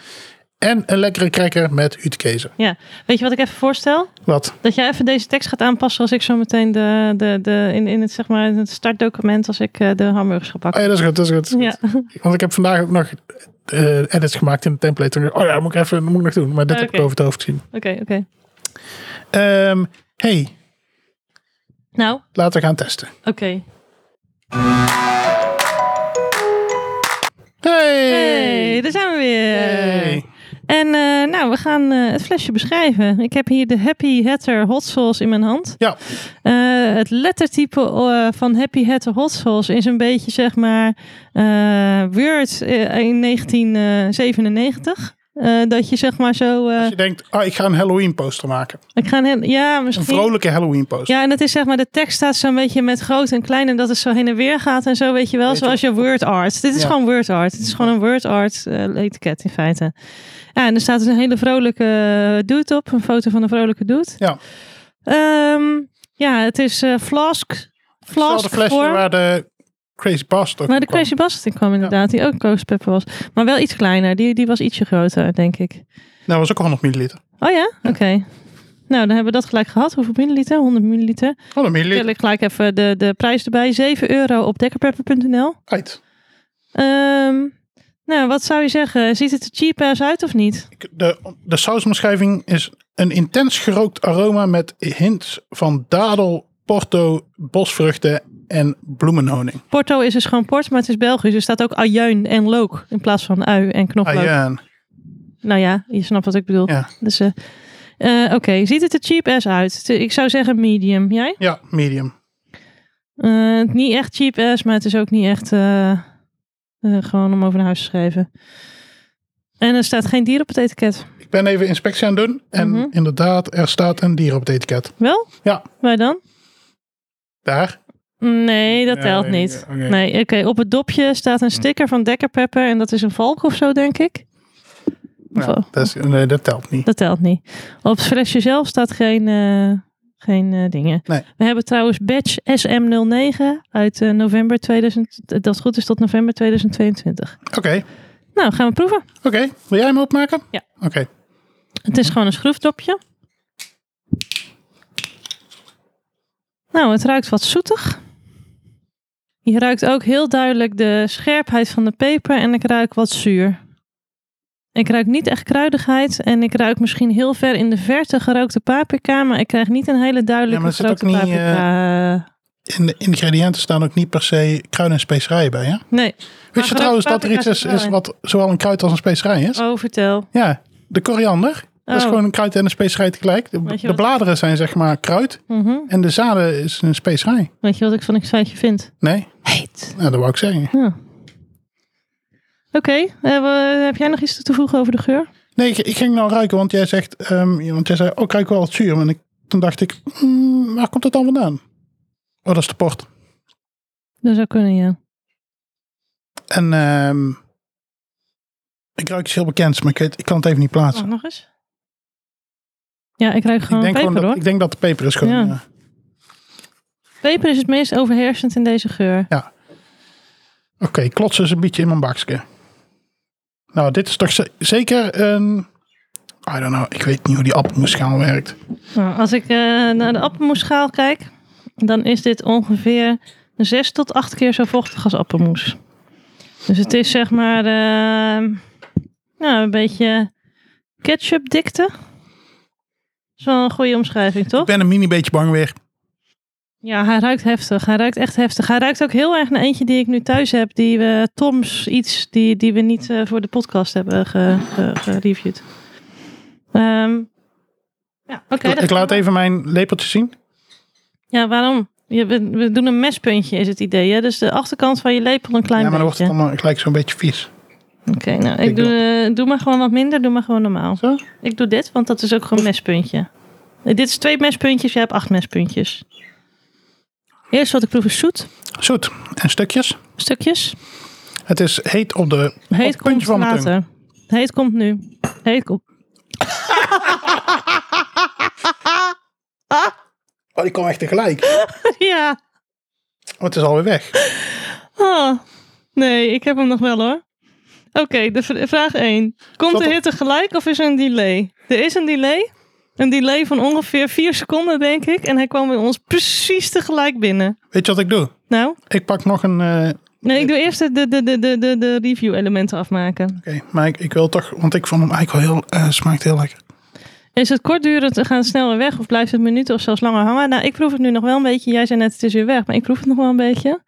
S2: En een lekkere cracker met uitkezen.
S1: Ja. Weet je wat ik even voorstel?
S2: Wat?
S1: Dat jij even deze tekst gaat aanpassen als ik zo meteen de, de, de, in, in, het, zeg maar, in het startdocument als ik eh, de hamburgers ga
S2: Oh
S1: pakken.
S2: ja, dat is goed, dat is goed. dat is
S1: Ja,
S2: goed. Want ik heb vandaag ook nog eh, edits gemaakt in de template. Toen dacht ik, oh ja, dat moet ik even dat moet ik nog doen. Maar dit heb ik
S1: Oké.
S2: over het hoofd gezien.
S1: oké, oké.
S2: Ehm, hey,
S1: Nou,
S2: laten we gaan testen.
S1: oké.
S2: Hey!
S1: Hey, daar zijn we weer.
S2: Hey.
S1: En eh, nou, we gaan eh, het flesje beschrijven. Ik heb hier de Happy Hatter Hot Sauce in mijn hand.
S2: Ja.
S1: Eh, het lettertype eh, van Happy Hatter Hot Sauce is een beetje, zeg maar, eh Word eh, in 1997. Eh, dat je zeg maar zo... eh,
S2: Als je denkt, ah, ik ga een Halloween poster maken.
S1: ik ga een, heel- ja,
S2: Een
S1: misschien...
S2: vrolijke Halloween poster.
S1: Ja, en het is zeg maar, de tekst staat zo'n beetje met groot en klein en dat het zo heen en weer gaat en zo, weet je wel,
S2: Weet je
S1: zoals je word art. Dit is
S2: Ja.
S1: gewoon word art. Dit is gewoon een word art eh, etiket in feite. Ja, en er staat dus een hele vrolijke dude op, een foto van een vrolijke dude.
S2: Ja.
S1: Ehm, ja, het is eh, flask,
S2: Hetzelfde
S1: flask
S2: flesje
S1: voor,
S2: waar de Crazy Bastard
S1: waar de
S2: kwam.
S1: Crazy Bastard in kwam inderdaad, die ook Ghost Pepper was. Maar wel iets kleiner, die, die was ietsje groter, denk ik.
S2: Nou, was ook 100 milliliter.
S1: Oh ja? Oké. Nou, dan hebben we dat gelijk gehad. Hoeveel milliliter? 100 milliliter.
S2: 100 milliliter.
S1: Tel ik gelijk even de, de prijs erbij. 7 euro op dekkerpepper.nl.
S2: Uit.
S1: Ehm, nou, wat zou je zeggen? Ziet het er cheap ass uit of niet?
S2: Ik- De, de sausomschrijving is een intens gerookt aroma met hints van dadel, porto, bosvruchten en bloemenhoning.
S1: Porto is dus gewoon port, maar het is Belgisch. Er staat ook ajuin en look in plaats van ui en
S2: Ah,
S1: knoflook.
S2: Ayen.
S1: Nou ja, je snapt wat ik bedoel.
S2: Ja.
S1: Dus, eh, eh, Oké, ziet het er cheap ass uit? Te- Ik zou zeggen medium. Jij?
S2: Ja, medium.
S1: Eh, niet echt cheap ass, maar het is ook niet echt eh, eh, gewoon om over naar huis te schrijven. En er staat geen dier op het etiket.
S2: Ik ben even inspectie aan het doen. En
S1: Mhm.
S2: inderdaad, er staat een dier op het etiket.
S1: Wel?
S2: Ja.
S1: Waar dan?
S2: Daar.
S1: Nee, dat
S2: Ja,
S1: telt
S2: nee,
S1: niet.
S2: oké.
S1: Nee, oké. Op het dopje staat een sticker van Dekker Pepper en dat is een valk of zo, denk ik. Of- oh,
S2: Nou, dat, is, nee, dat telt niet.
S1: Dat telt niet. Op het flesje zelf staat geen, eh, geen eh, dingen.
S2: Nee.
S1: We hebben trouwens badge SM09 uit eh, november 2000, dat goed is tot november 2022.
S2: Oké,
S1: Nou, gaan we proeven.
S2: oké. Wil jij hem opmaken?
S1: Ja.
S2: Oké.
S1: Het
S2: Mhm.
S1: is gewoon een schroefdopje. Nou, het ruikt wat zoetig. Je ruikt ook heel duidelijk de scherpheid van de peper en ik ruik wat zuur. Ik ruik niet echt kruidigheid en ik ruik misschien heel ver in de verte gerookte paprika, maar ik krijg niet een hele duidelijke
S2: Ja, maar er zit
S1: gerookte
S2: ook niet, eh,
S1: paprika.
S2: In de ingrediënten staan ook niet per se kruiden en specerijen bij, hè?
S1: nee,
S2: Weet je
S1: gerookte
S2: trouwens dat er
S1: paprika
S2: iets is,
S1: zit wel
S2: is
S1: in.
S2: wat zowel een kruid als een specerij is?
S1: oh vertel.
S2: Ja, de koriander. Dat is
S1: Oh.
S2: gewoon een kruid en een specerij tegelijk. De,
S1: Weet
S2: de
S1: je wat-
S2: bladeren zijn zeg maar kruid
S1: Mhm.
S2: en de zaden is een specerij.
S1: Weet je wat ik van een feitje vind?
S2: Nee,
S1: Heet.
S2: nou, dat wou ik zeggen.
S1: Oké, eh, we- heb jij nog iets toe te voegen over de geur?
S2: Nee, ik, ik ging nou ruiken, want jij zegt, ehm, want jij zei, oh, ik ruik wel wat zuur. En ik, toen dacht ik, hmm, waar komt dat dan vandaan? Oh, dat is de port.
S1: Dat zou kunnen, ja.
S2: En ehm, ik ruik iets heel bekends, maar ik, weet, ik kan het even niet plaatsen.
S1: Oh, nog eens. Ja, ik ruik
S2: ik,
S1: gewoon
S2: denk
S1: Oh.
S2: gewoon
S1: peper
S2: dat,
S1: hoor.
S2: ik denk dat de peper is gewoon.
S1: Ja.
S2: ja.
S1: Peper is het meest overheersend in deze geur.
S2: Oké, klotsen is een beetje in mijn bakje. Nou, dit is toch ze- zeker een... I don't know, ik weet niet hoe die appelmoesschaal werkt.
S1: Nou, als ik eh, naar de appelmoesschaal kijk, dan is dit ongeveer 6 tot 8 keer zo vochtig als appelmoes. Dus het is zeg maar eh, nou, een beetje ketchup dikte. is wel een goede omschrijving, toch?
S2: Ik ben een mini beetje bang weer.
S1: Ja, hij ruikt heftig. Hij ruikt echt heftig. Hij ruikt ook heel erg naar eentje die ik nu thuis heb. Die we, Toms iets, die, die we niet eh, voor de podcast hebben ge- ge- gereviewd. Ehm, ja, oké. dat-
S2: ik laat even mijn lepeltje zien.
S1: Ja, waarom? Je, we, we doen een mespuntje is het idee. Hè? Dus de achterkant van je lepel een klein
S2: ja, maar dan wordt
S1: beetje.
S2: het
S1: Oké,
S2: allemaal gelijk zo'n beetje vies.
S1: nou,
S2: Ik
S1: ik doe, eh, doe maar gewoon wat minder. Doe maar gewoon normaal.
S2: Zo?
S1: Ik doe dit, want dat is ook gewoon mespuntje. Eh, Dit is twee mespuntjes. Jij hebt acht mespuntjes. Eerst wat ik proef is zoet.
S2: Zoet. En stukjes.
S1: Stukjes.
S2: Het is heet op de... op
S1: Heet
S2: het puntje
S1: komt
S2: van mijn tong.
S1: later. Heet komt nu. Heet komt.
S2: Oh, die kwam echt tegelijk.
S1: ja.
S2: Oh, het is alweer weg.
S1: Ah, nee, ik heb hem nog wel hoor. Oké, de v- vraag 1. Komt
S2: Zat
S1: de
S2: er-
S1: hitte gelijk of is er een delay? Er is een delay. Een delay van ongeveer 4 seconden, denk ik. En hij kwam bij ons precies tegelijk binnen.
S2: Weet je wat ik doe?
S1: Nou,
S2: Ik pak nog een... eh, Oké,
S1: nee, ik doe eerst de, de, de, de, de, de review-elementen afmaken.
S2: maar ik, ik wil toch... Want ik vond hem eigenlijk wel heel... eh, smaakt heel lekker.
S1: Is het kortdurend, gaan het snel weer weg? Of blijft het minuten of zelfs langer hangen? Nou, ik proef het nu nog wel een beetje. Jij zei net, het is weer weg. Maar ik proef het nog wel een beetje.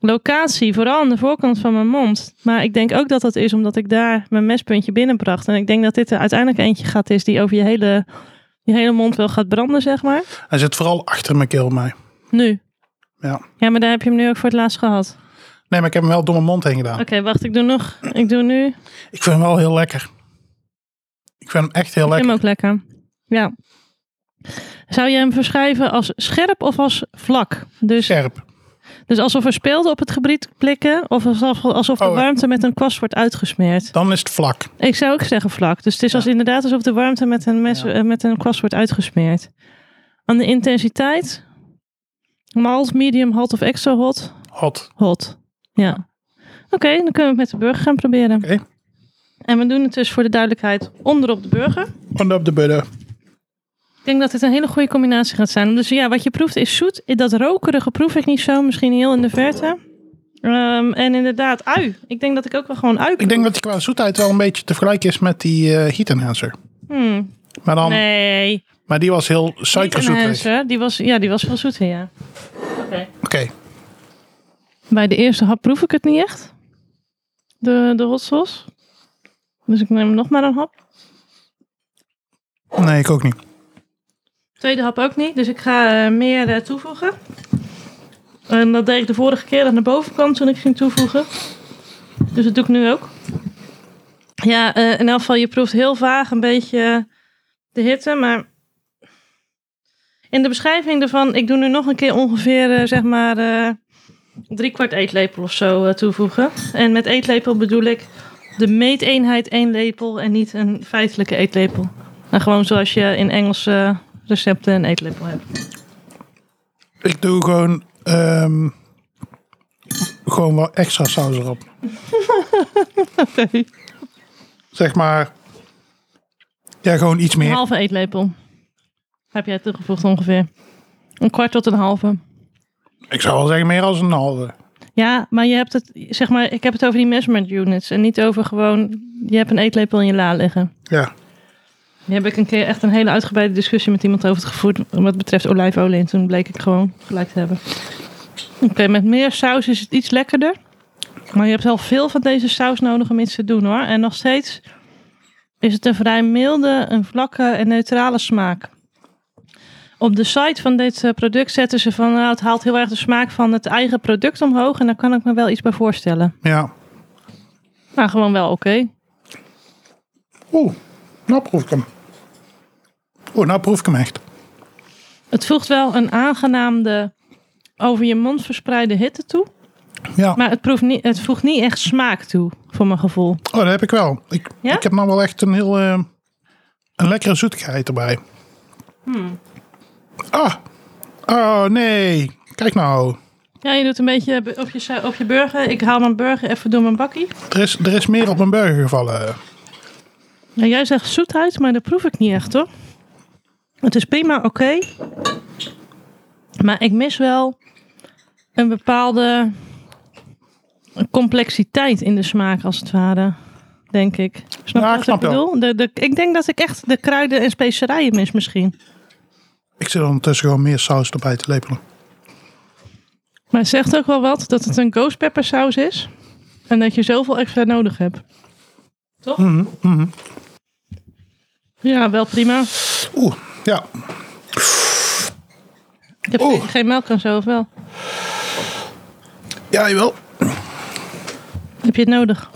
S1: Locatie, vooral aan de voorkant van mijn mond. Maar ik denk ook dat dat is omdat ik daar mijn mespuntje binnenbracht. En ik denk dat dit er uiteindelijk eentje gaat is die over je hele, je hele mond wel gaat branden, zeg maar.
S2: Hij zit vooral achter mijn keel mij.
S1: Nu.
S2: Ja.
S1: Ja, maar daar heb je hem nu ook voor het laatst gehad.
S2: Nee, maar ik heb hem wel door mijn mond heen gedaan.
S1: Oké, wacht, ik doe nog. Ik doe nu. Ik
S2: Ik vind hem wel heel lekker. Ik vind hem echt heel
S1: vind
S2: lekker.
S1: hem ook lekker. Ja. Zou je hem verschrijven als scherp of als vlak? Dus
S2: Scherp.
S1: Dus alsof er speelden op het gebied blikken, of alsof, alsof de
S2: Oh, ja.
S1: warmte met een kwast wordt uitgesmeerd.
S2: Dan is het vlak.
S1: Ik zou ook zeggen vlak. Dus het is als, inderdaad alsof de warmte met een, mes,
S2: Ja.
S1: eh, met een kwast wordt uitgesmeerd. Aan de intensiteit, mild, medium, hot of extra hot?
S2: Hot.
S1: Hot. Ja. Oké, dan kunnen we het met de burger gaan proberen.
S2: Oké.
S1: En we doen het dus voor de duidelijkheid onderop de burger.
S2: On up the butter.
S1: Ik denk dat dit een hele goede combinatie gaat zijn. Dus ja, wat je proeft is zoet. Dat rokerige proef ik niet zo. Misschien heel in de verte. Ehm, en inderdaad, ui. Ik denk dat ik ook wel gewoon ui
S2: Ik denk dat die qua zoetheid wel een beetje te vergelijken is met die eh, heat enhancer.
S1: Hmm,
S2: Maar, dan,
S1: Nee.
S2: maar die was heel
S1: Niet een
S2: suikerzoeterig. Oké.
S1: Heinz, hè? Die was, ja, die was wel zoeter, ja. Bij de eerste hap proef ik het niet echt. De, de hot sauce. Dus ik neem nog maar een hap.
S2: Nee, ik ook niet.
S1: Tweede hap ook niet. Dus ik ga eh, meer eh, toevoegen. En dat deed ik de vorige keer aan de bovenkant toen ik ging toevoegen. Dus dat doe ik nu ook. Ja, eh, in elk geval, je proeft heel vaag een beetje eh, de hitte, maar... In de beschrijving ervan, ik doe nu nog een keer ongeveer, eh, zeg maar, eh drie kwart eetlepel of zo eh, toevoegen. En met eetlepel bedoel ik de meeteenheid één lepel en niet een feitelijke eetlepel. Maar gewoon zoals je in Engelse recepten een eetlepel hebt.
S2: Ik doe gewoon, ehm, gewoon wat extra saus erop. Zeg maar, ja, gewoon iets
S1: Een
S2: meer.
S1: halve eetlepel heb jij toegevoegd ongeveer. Een kwart tot een halve.
S2: Ik zou wel zeggen meer als een halve.
S1: Ja, maar je hebt het, zeg maar, ik heb het over die measurement units en niet over gewoon, je hebt een eetlepel in je la liggen.
S2: Ja,
S1: Daar heb ik een keer echt een hele uitgebreide discussie met iemand over het gevoerd wat betreft olijfolie. En toen bleek ik gewoon gelijk te hebben. Oké, met meer saus is het iets lekkerder. Maar je hebt wel veel van deze saus nodig om iets te doen hoor. En nog steeds is het een vrij milde, een vlakke en neutrale smaak. Op de site van dit eh, product zetten ze van, nou, het haalt heel erg de smaak van het eigen product omhoog. En daar kan ik me wel iets bij voorstellen.
S2: ja.
S1: Maar gewoon wel oké.
S2: Oeh, nou proef ik hem. Oeh, nou proef ik hem echt.
S1: Het voegt wel een aangenaamde, over je mond verspreide hitte toe.
S2: Ja,
S1: Maar het, proeft niet, het voegt niet echt smaak toe, voor mijn gevoel.
S2: oh, dat heb ik wel. Ik,
S1: Ja?
S2: ik heb nou wel echt een heel, eh, een lekkere zoetigheid erbij. Ah, oh nee. Kijk nou,
S1: Ja, je doet een beetje be- op je, sa- op je burger. Ik haal mijn burger even door mijn bakkie.
S2: er is, er is meer op mijn burger gevallen.
S1: Nou, jij zegt zoetheid, maar dat proef ik niet echt hoor. Het is prima, oké. Maar ik mis wel een bepaalde complexiteit in de smaak, als het ware. Denk ik. Snap
S2: Ja,
S1: je
S2: ik
S1: wat
S2: snap
S1: ik
S2: wel.
S1: bedoel? De, de, ik denk dat ik echt de kruiden en specerijen mis misschien.
S2: Ik zit ondertussen gewoon meer saus erbij te lepelen.
S1: Maar het zegt ook wel wat dat het een ghost pepper saus is. En dat je zoveel extra nodig hebt. Toch? Ja, wel prima.
S2: Oeh, ja.
S1: Ik heb
S2: Oeh.
S1: geen melk en zo, of wel?
S2: Ja, jawel.
S1: Heb je het nodig?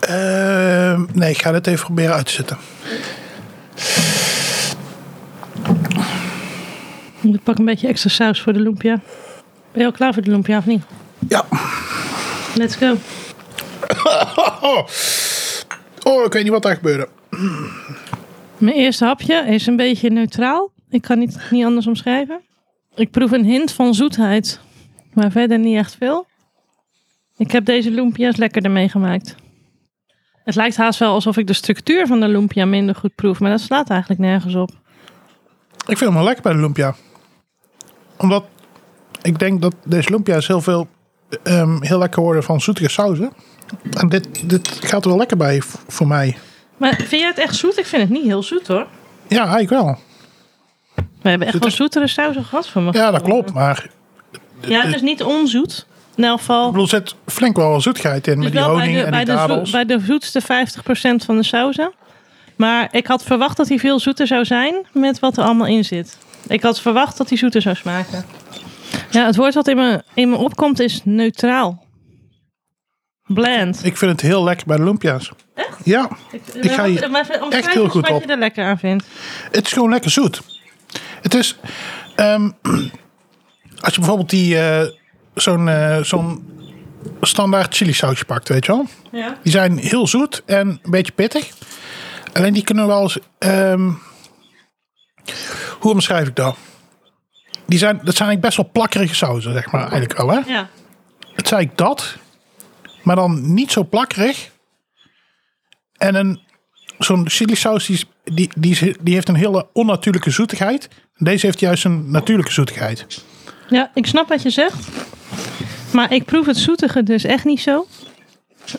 S2: Ehm, nee, ik ga dit even proberen uit te zetten.
S1: Ik pak een beetje extra saus voor de lumpia. Ben je al klaar voor de lumpia, of niet?
S2: Ja.
S1: Let's go.
S2: Oh, oh ik weet niet wat daar gebeurde.
S1: Mijn eerste hapje is een beetje neutraal. Ik kan het niet anders omschrijven. Ik proef een hint van zoetheid, maar verder niet echt veel. Ik heb deze lumpia's lekkerder meegemaakt. Het lijkt haast wel alsof ik de structuur van de lumpia minder goed proef, maar dat slaat eigenlijk nergens op.
S2: Ik vind hem wel lekker bij de lumpia. Omdat ik denk dat deze lumpia's heel veel ehm, heel lekker worden van zoetige sauzen. En dit, dit gaat er wel lekker bij v- voor mij.
S1: Maar vind jij het echt zoet? Ik vind het niet heel zoet hoor.
S2: Ja, eigenlijk wel.
S1: We hebben echt
S2: Zit
S1: wel
S2: er-
S1: zoetere sausen gehad van me.
S2: Ja, dat klopt. Maar
S1: Ja, het is niet onzoet. In elk geval.
S2: ik bedoel, er zit flink wel wat zoetigheid in
S1: Dus
S2: met die
S1: wel
S2: honing en
S1: bij
S2: die
S1: de, zo-
S2: dadels.
S1: bij de zoetste 50% van de sauzen. Maar ik had verwacht dat hij veel zoeter zou zijn met wat er allemaal in zit. Ik had verwacht dat hij zoeter zou smaken. Ja, het woord wat in me, in me opkomt is neutraal. Bland.
S2: Ik vind het heel lekker bij de lumpia's. Echt? Ja, ik ga hier
S1: Maar even omschrijf
S2: heel
S1: eens
S2: goed
S1: wat
S2: op.
S1: je er lekker aan vindt.
S2: het is gewoon lekker zoet. Het is... ehm, als je bijvoorbeeld die, eh, zo'n, eh, zo'n standaard chili sausje pakt, weet je wel?
S1: Ja.
S2: Die zijn heel zoet en een beetje pittig. Alleen die kunnen wel eens. ehm, hoe omschrijf ik dat? Die zijn, dat zijn eigenlijk best wel plakkerige sauzen, zeg maar. Eigenlijk wel, hè?
S1: ja.
S2: Het zijn eigenlijk dat, maar dan niet zo plakkerig. En een, zo'n chili saus, die, is- die, die, is- die heeft een hele onnatuurlijke zoetigheid. Deze heeft juist een natuurlijke zoetigheid.
S1: Ja, ik snap wat je zegt. Maar ik proef het zoetige dus echt niet zo.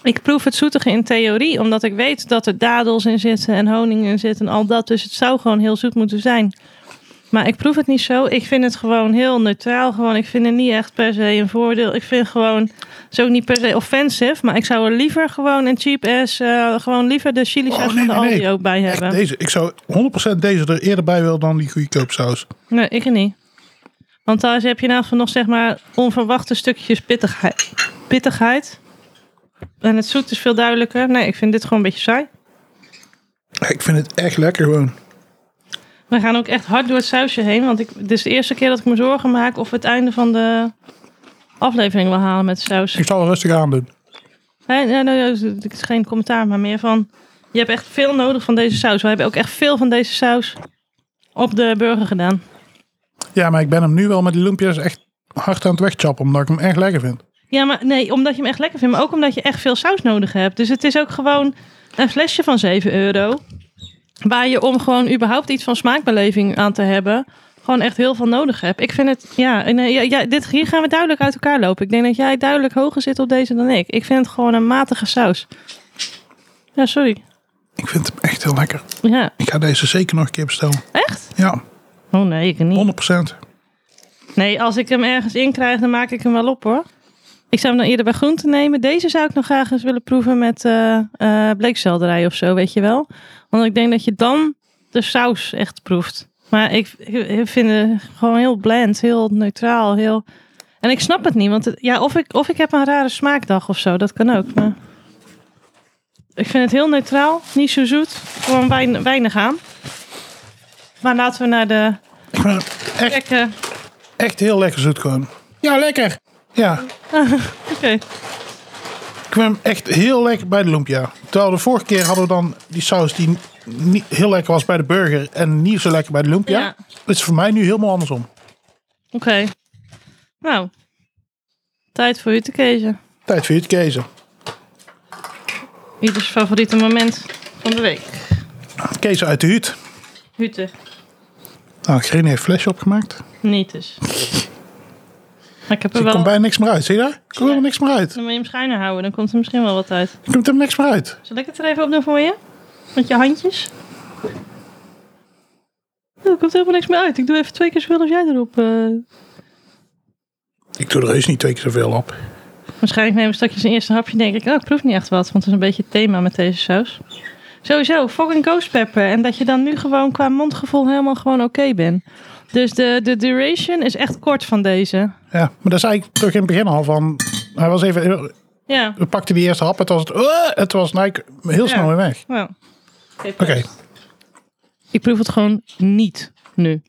S1: Ik proef het zoetige in theorie, omdat ik weet dat er dadels in zitten en honing in zit en al dat. Dus het zou gewoon heel zoet moeten zijn. Maar ik proef het niet zo. Ik vind het gewoon heel neutraal. Gewoon, ik vind het niet echt per se een voordeel. Ik vind gewoon, het is ook niet per se offensive. Maar ik zou er liever gewoon een cheap ass, eh, gewoon liever de chili saus
S2: Oh, nee,
S1: van de
S2: nee, nee.
S1: Aldi ook bij
S2: Echt
S1: hebben.
S2: deze. Ik zou 100% deze er eerder bij willen dan die goedkoop saus.
S1: Nee, ik niet. Want daar heb je nou van nog zeg maar onverwachte stukjes pittigheid. pittigheid. En het zoet is veel duidelijker. Nee, ik vind dit gewoon een beetje saai.
S2: Ik vind het echt lekker gewoon.
S1: We gaan ook echt hard door het sausje heen. Want ik, dit is de eerste keer dat ik me zorgen maak of we het einde van de aflevering wil halen met de saus.
S2: Ik zal er rustig aan doen.
S1: Nee, nee, nee, nee, dus, het is geen commentaar, maar meer van... Je hebt echt veel nodig van deze saus. We hebben ook echt veel van deze saus op de burger gedaan.
S2: Ja, maar ik ben hem nu wel met die lumpia's echt hard aan het wegchappen, omdat ik hem echt lekker vind.
S1: Ja, maar nee, omdat je hem echt lekker vindt, maar ook omdat je echt veel saus nodig hebt. Dus het is ook gewoon een flesje van 7 euro. Waar je om gewoon überhaupt iets van smaakbeleving aan te hebben, gewoon echt heel veel nodig hebt. Ik vind het, ja, nee, ja, ja dit, hier gaan we duidelijk uit elkaar lopen. Ik denk dat jij duidelijk hoger zit op deze dan ik. Ik vind het gewoon een matige saus. Ja, sorry.
S2: Ik vind hem echt heel lekker.
S1: Ja,
S2: Ik ga deze zeker nog een keer bestellen.
S1: echt?
S2: Ja,
S1: Oh nee, ik niet.
S2: 100%.
S1: Nee, als ik hem ergens in krijg, dan maak ik hem wel op hoor. Ik zou hem dan eerder bij groenten nemen. Deze zou ik nog graag eens willen proeven met eh eh, bleekselderij of zo, weet je wel. Want ik denk dat je dan de saus echt proeft. Maar ik, ik- ik vind het gewoon heel bland, heel neutraal, heel... En ik snap het niet, want het- ja, of, ik, of ik heb een rare smaakdag of zo, dat kan ook. Maar ik vind het heel neutraal, niet zo zoet, gewoon wein- weinig aan. Maar laten we naar de
S2: Ik vind hem echt,
S1: lekkere...
S2: echt heel lekker zoet gewoon. Ja, lekker. Ja,
S1: Oké.
S2: ik vind hem echt heel lekker bij de lumpia. Terwijl de vorige keer hadden we dan die saus die niet heel lekker was bij de burger en niet zo lekker bij de lumpia.
S1: Ja.
S2: Het is voor mij nu helemaal andersom.
S1: Oké. Nou, tijd voor u te kiezen.
S2: Tijd voor je te kezen.
S1: Ieders favoriete moment van de week.
S2: Kezen uit de huut.
S1: Hutte.
S2: Nou, Green heeft flesje opgemaakt.
S1: Niet dus. Maar ik heb
S2: Dus
S1: er
S2: er komt
S1: wel...
S2: bijna niks meer uit, zie je daar? Er komt helemaal niks meer uit.
S1: Dan moet je hem schuiner houden, dan komt er misschien wel wat uit.
S2: Er komt helemaal niks meer uit.
S1: Zal ik het er even opdoen voor je? Met je handjes? Oh, er komt helemaal niks meer uit. Ik doe even twee keer zoveel als jij erop. eh.
S2: Ik doe er heus niet twee keer zoveel op.
S1: Waarschijnlijk neem ik straks een eerste hapje en denk ik, oh, ik proef niet echt wat. Want het is een beetje het thema met deze saus. Sowieso, fucking ghost pepper. En dat je dan nu gewoon qua mondgevoel helemaal gewoon oké bent. Dus de, de duration is echt kort van deze.
S2: Ja, maar dat zei ik terug in het begin al van. Hij was even.
S1: Ja,
S2: We pakten die eerste hap. Het was. Het, het was Nike heel snel
S1: Ja.
S2: weer weg.
S1: wel.
S2: Oké.
S1: Ik proef het gewoon niet nu.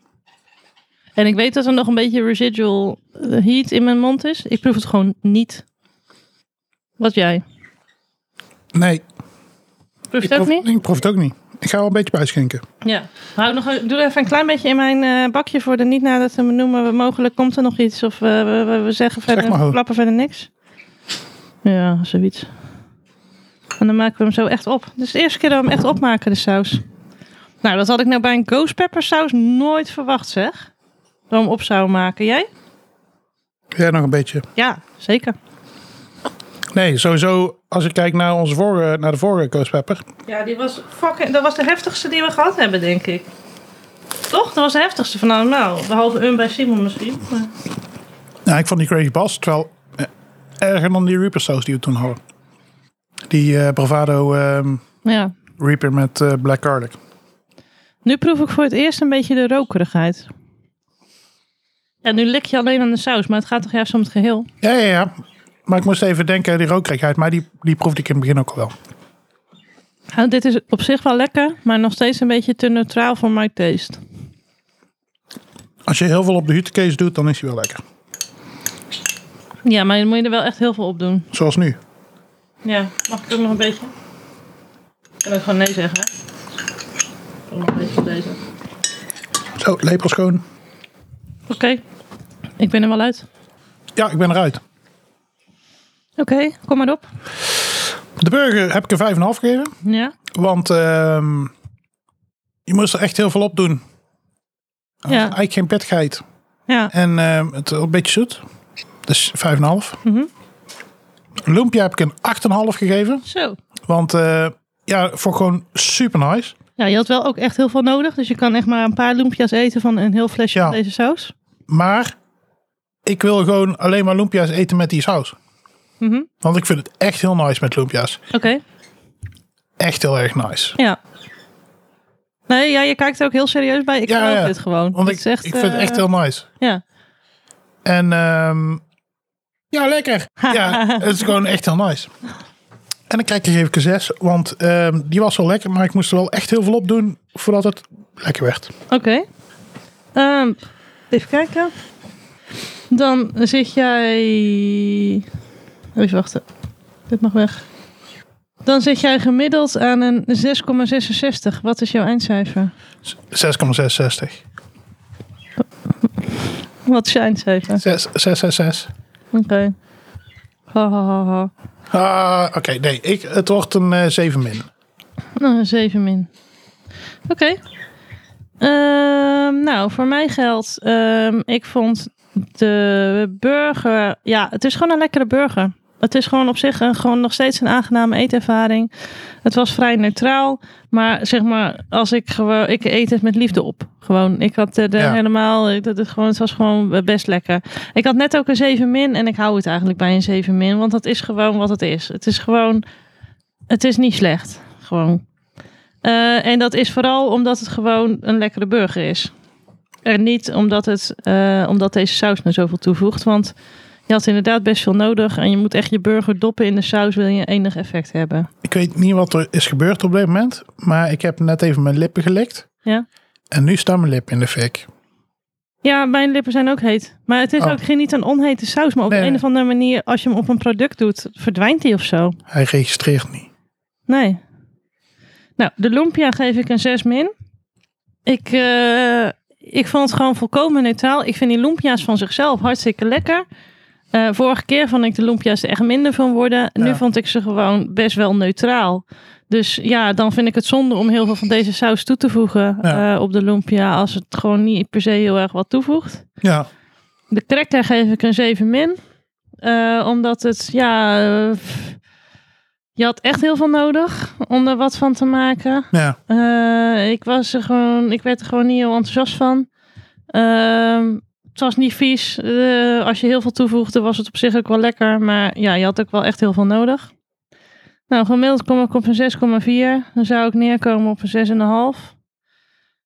S1: En ik weet dat er nog een beetje residual eh, heat in mijn mond is. Ik proef het gewoon niet. Wat jij?
S2: Nee.
S1: Proef je
S2: ik
S1: het ook
S2: proef,
S1: niet?
S2: Ik proef het ook niet. Ik ga wel een beetje bijschenken.
S1: Ja. Hou nog, een- doe even een klein beetje in mijn eh, bakje voor de niet nadat we noemen. Mogelijk komt er nog iets of eh, we, we, we zeggen verder,
S2: maar.
S1: we klappen verder niks. Ja, zoiets. En dan maken we hem zo echt op. Dus de eerste keer dat we hem echt opmaken, de saus. Nou, dat had ik nou bij een ghost pepper saus nooit verwacht, zeg. Dat we hem op zouden maken. Jij?
S2: Jij nog een beetje.
S1: Ja, zeker.
S2: Nee, sowieso als ik kijk naar, onze vorige, naar de vorige Ghost Pepper.
S1: Ja, die was fucking, dat was de heftigste die we gehad hebben, denk ik. Toch? Dat was de heftigste van allemaal. Behalve een bij Simon misschien. maar-
S2: Nou, ik vond die Crazy Bass terwijl eh, erger dan die Reaper Sauce die we toen hadden. Die eh, Bravado ehm,
S1: Ja.
S2: Reaper met eh, Black Garlic.
S1: Nu proef ik voor het eerst een beetje de rokerigheid. Ja, nu lik je alleen aan de saus, maar het gaat toch juist om het geheel?
S2: Ja, ja, ja. Maar ik moest even denken, die rokerigheid, maar die, die proefde ik in het begin ook al wel.
S1: Nou, dit is op zich wel lekker, maar nog steeds een beetje te neutraal voor my taste.
S2: Als je heel veel op de huttenkees doet, dan is die wel lekker.
S1: Ja, maar dan moet je er wel echt heel veel op doen.
S2: Zoals nu.
S1: Ja, mag ik ook nog een beetje? Kan ik gewoon nee zeggen, hè? Ook nog een beetje van deze.
S2: Zo, lepel schoon.
S1: Oké, ik ben er wel uit.
S2: Ja, ik ben eruit.
S1: Oké, kom maar op.
S2: De burger heb ik er 5,5 gegeven.
S1: Ja,
S2: Want ehm, je moest er echt heel veel op doen. Er was
S1: Ja.
S2: Eigenlijk geen pittigheid.
S1: ja.
S2: En ehm, het een beetje zoet. Dus 5,5.
S1: Mhm.
S2: Lumpia heb ik een 8,5 gegeven.
S1: Zo.
S2: Want eh, ja, voor gewoon super nice.
S1: Ja, je had wel ook echt heel veel nodig, dus je kan echt maar een paar loempia's eten van een heel flesje
S2: Ja.
S1: van deze saus.
S2: Maar ik wil gewoon alleen maar lumpia's eten met die saus.
S1: Mhm.
S2: Want ik vind het echt heel nice met lumpia's.
S1: Oké,
S2: Echt heel erg nice.
S1: ja. Nee, ja, je kijkt er ook heel serieus bij. Ik
S2: Ja,
S1: geloof
S2: ja.
S1: dit gewoon.
S2: Want
S1: Dit
S2: ik,
S1: is echt,
S2: ik vind het
S1: eh,
S2: echt heel nice.
S1: Ja,
S2: En ehm, ja, lekker. Ja, het is gewoon echt heel nice. En dan krijg ik even een 6, want ehm, die was wel lekker, maar ik moest er wel echt heel veel op doen voordat het lekker werd.
S1: oké. Ehm, even kijken. Dan zit jij... Even wachten. Dit mag weg. Dan zit jij gemiddeld aan een 6,66. Wat is jouw eindcijfer?
S2: 6,660.
S1: Wat is je eindcijfer?
S2: 6,666.
S1: Oké. Ha, ha, ha, ha.
S2: Ah, Oké, nee, ik, het wordt een eh 7 min.
S1: Nou, 7 min. Oké. Ehm, nou, voor mij geldt, ehm, ik vond de burger. Ja, het is gewoon een lekkere burger. Het is gewoon op zich een, gewoon nog steeds een aangename eetervaring. Het was vrij neutraal. Maar zeg maar, als ik gewoon. Ik eet het met liefde op. Gewoon. Ik had er
S2: Ja.
S1: helemaal. ik- Dat, het, gewoon, het was gewoon best lekker. Ik had net ook een 7 min. En ik hou het eigenlijk bij een 7 min. Want dat is gewoon wat het is. Het is gewoon. Het is niet slecht. Gewoon. Eh, en dat is vooral omdat het gewoon een lekkere burger is. En niet omdat, het, eh, omdat deze saus nou zoveel toevoegt. Want je had inderdaad best veel nodig. En je moet echt je burger doppen in de saus. Wil je enig effect hebben.
S2: Ik weet niet wat er is gebeurd op dit moment, maar ik heb net even mijn lippen gelikt.
S1: Ja.
S2: En nu staan mijn lippen in de fik.
S1: Ja, mijn lippen zijn ook heet. Maar het is
S2: Oh.
S1: ook geen niet een onhete saus. Maar op
S2: Nee,
S1: een
S2: nee.
S1: of andere manier, als je hem op een product doet, verdwijnt hij of zo.
S2: Hij registreert niet.
S1: Nee. Nou, de lumpia geef ik een 6 min. Ik, eh, ik vond het gewoon volkomen neutraal. Ik vind die lumpia's van zichzelf hartstikke lekker. Eh, vorige keer vond ik de lumpia's er echt minder van worden.
S2: Ja.
S1: Nu vond ik ze gewoon best wel neutraal. Dus ja, dan vind ik het zonde om heel veel van deze saus toe te voegen
S2: Ja.
S1: eh, op de lumpia. Als het gewoon niet per se heel erg wat toevoegt.
S2: Ja,
S1: De cracker geef ik een 7 min. Eh, omdat het, ja. eh, pff, je had echt heel veel nodig om er wat van te maken.
S2: ja.
S1: Eh, ik, was er gewoon, ik werd er gewoon niet heel enthousiast van. Ehm, het was niet vies. Eh, als je heel veel toevoegde, was het op zich ook wel lekker. Maar ja, je had ook wel echt heel veel nodig. Nou, gemiddeld kom ik op een 6,4. Dan zou ik neerkomen op een 6,5.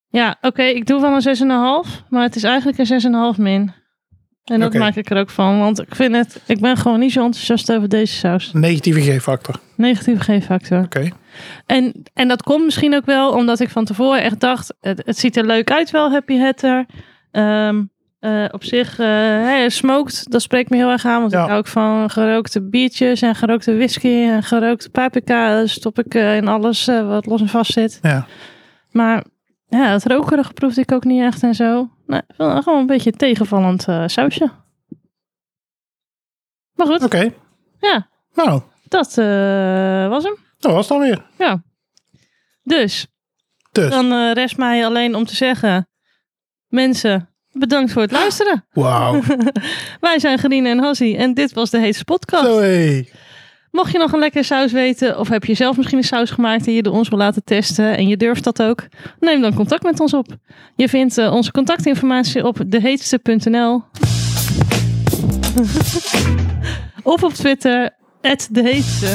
S1: Ja, oké, ik doe wel een 6,5. Maar het is eigenlijk een 6,5 min. En dat
S2: Oké.
S1: maak ik er ook van. Want ik vind het, ik ben gewoon niet zo enthousiast over deze saus.
S2: Negatieve G-factor. Oké.
S1: Negatieve G-factor. En, en dat komt misschien ook wel omdat ik van tevoren echt dacht: het, het ziet er leuk uit, wel Happy Hatter. Ehm, eh, op zich, eh, hè, smoked, dat spreekt me heel erg aan. Want
S2: Ja.
S1: ik hou ook van gerookte biertjes en gerookte whisky en gerookte paprika. eh, Stop ik eh, in alles eh, wat los en vast zit.
S2: Ja.
S1: Maar ja, het rokerige proefde ik ook niet echt en zo. Nee, wel gewoon een beetje een tegenvallend eh, sausje. Maar goed,
S2: Oké.
S1: Ja.
S2: Nou,
S1: dat eh, was hem.
S2: dat was het dan weer.
S1: Dus,
S2: Dus,
S1: dan eh, rest mij alleen om te zeggen... Mensen, bedankt voor het luisteren.
S2: wauw.
S1: Wij zijn Gerine en Hassie en dit was de Heetste Podcast.
S2: Zo, hé.
S1: Mocht je nog een lekkere saus weten of heb je zelf misschien een saus gemaakt die je door ons wil laten testen en je durft dat ook, neem dan contact met ons op. Je vindt eh, onze contactinformatie op deheetste.nl of op Twitter, deheetste.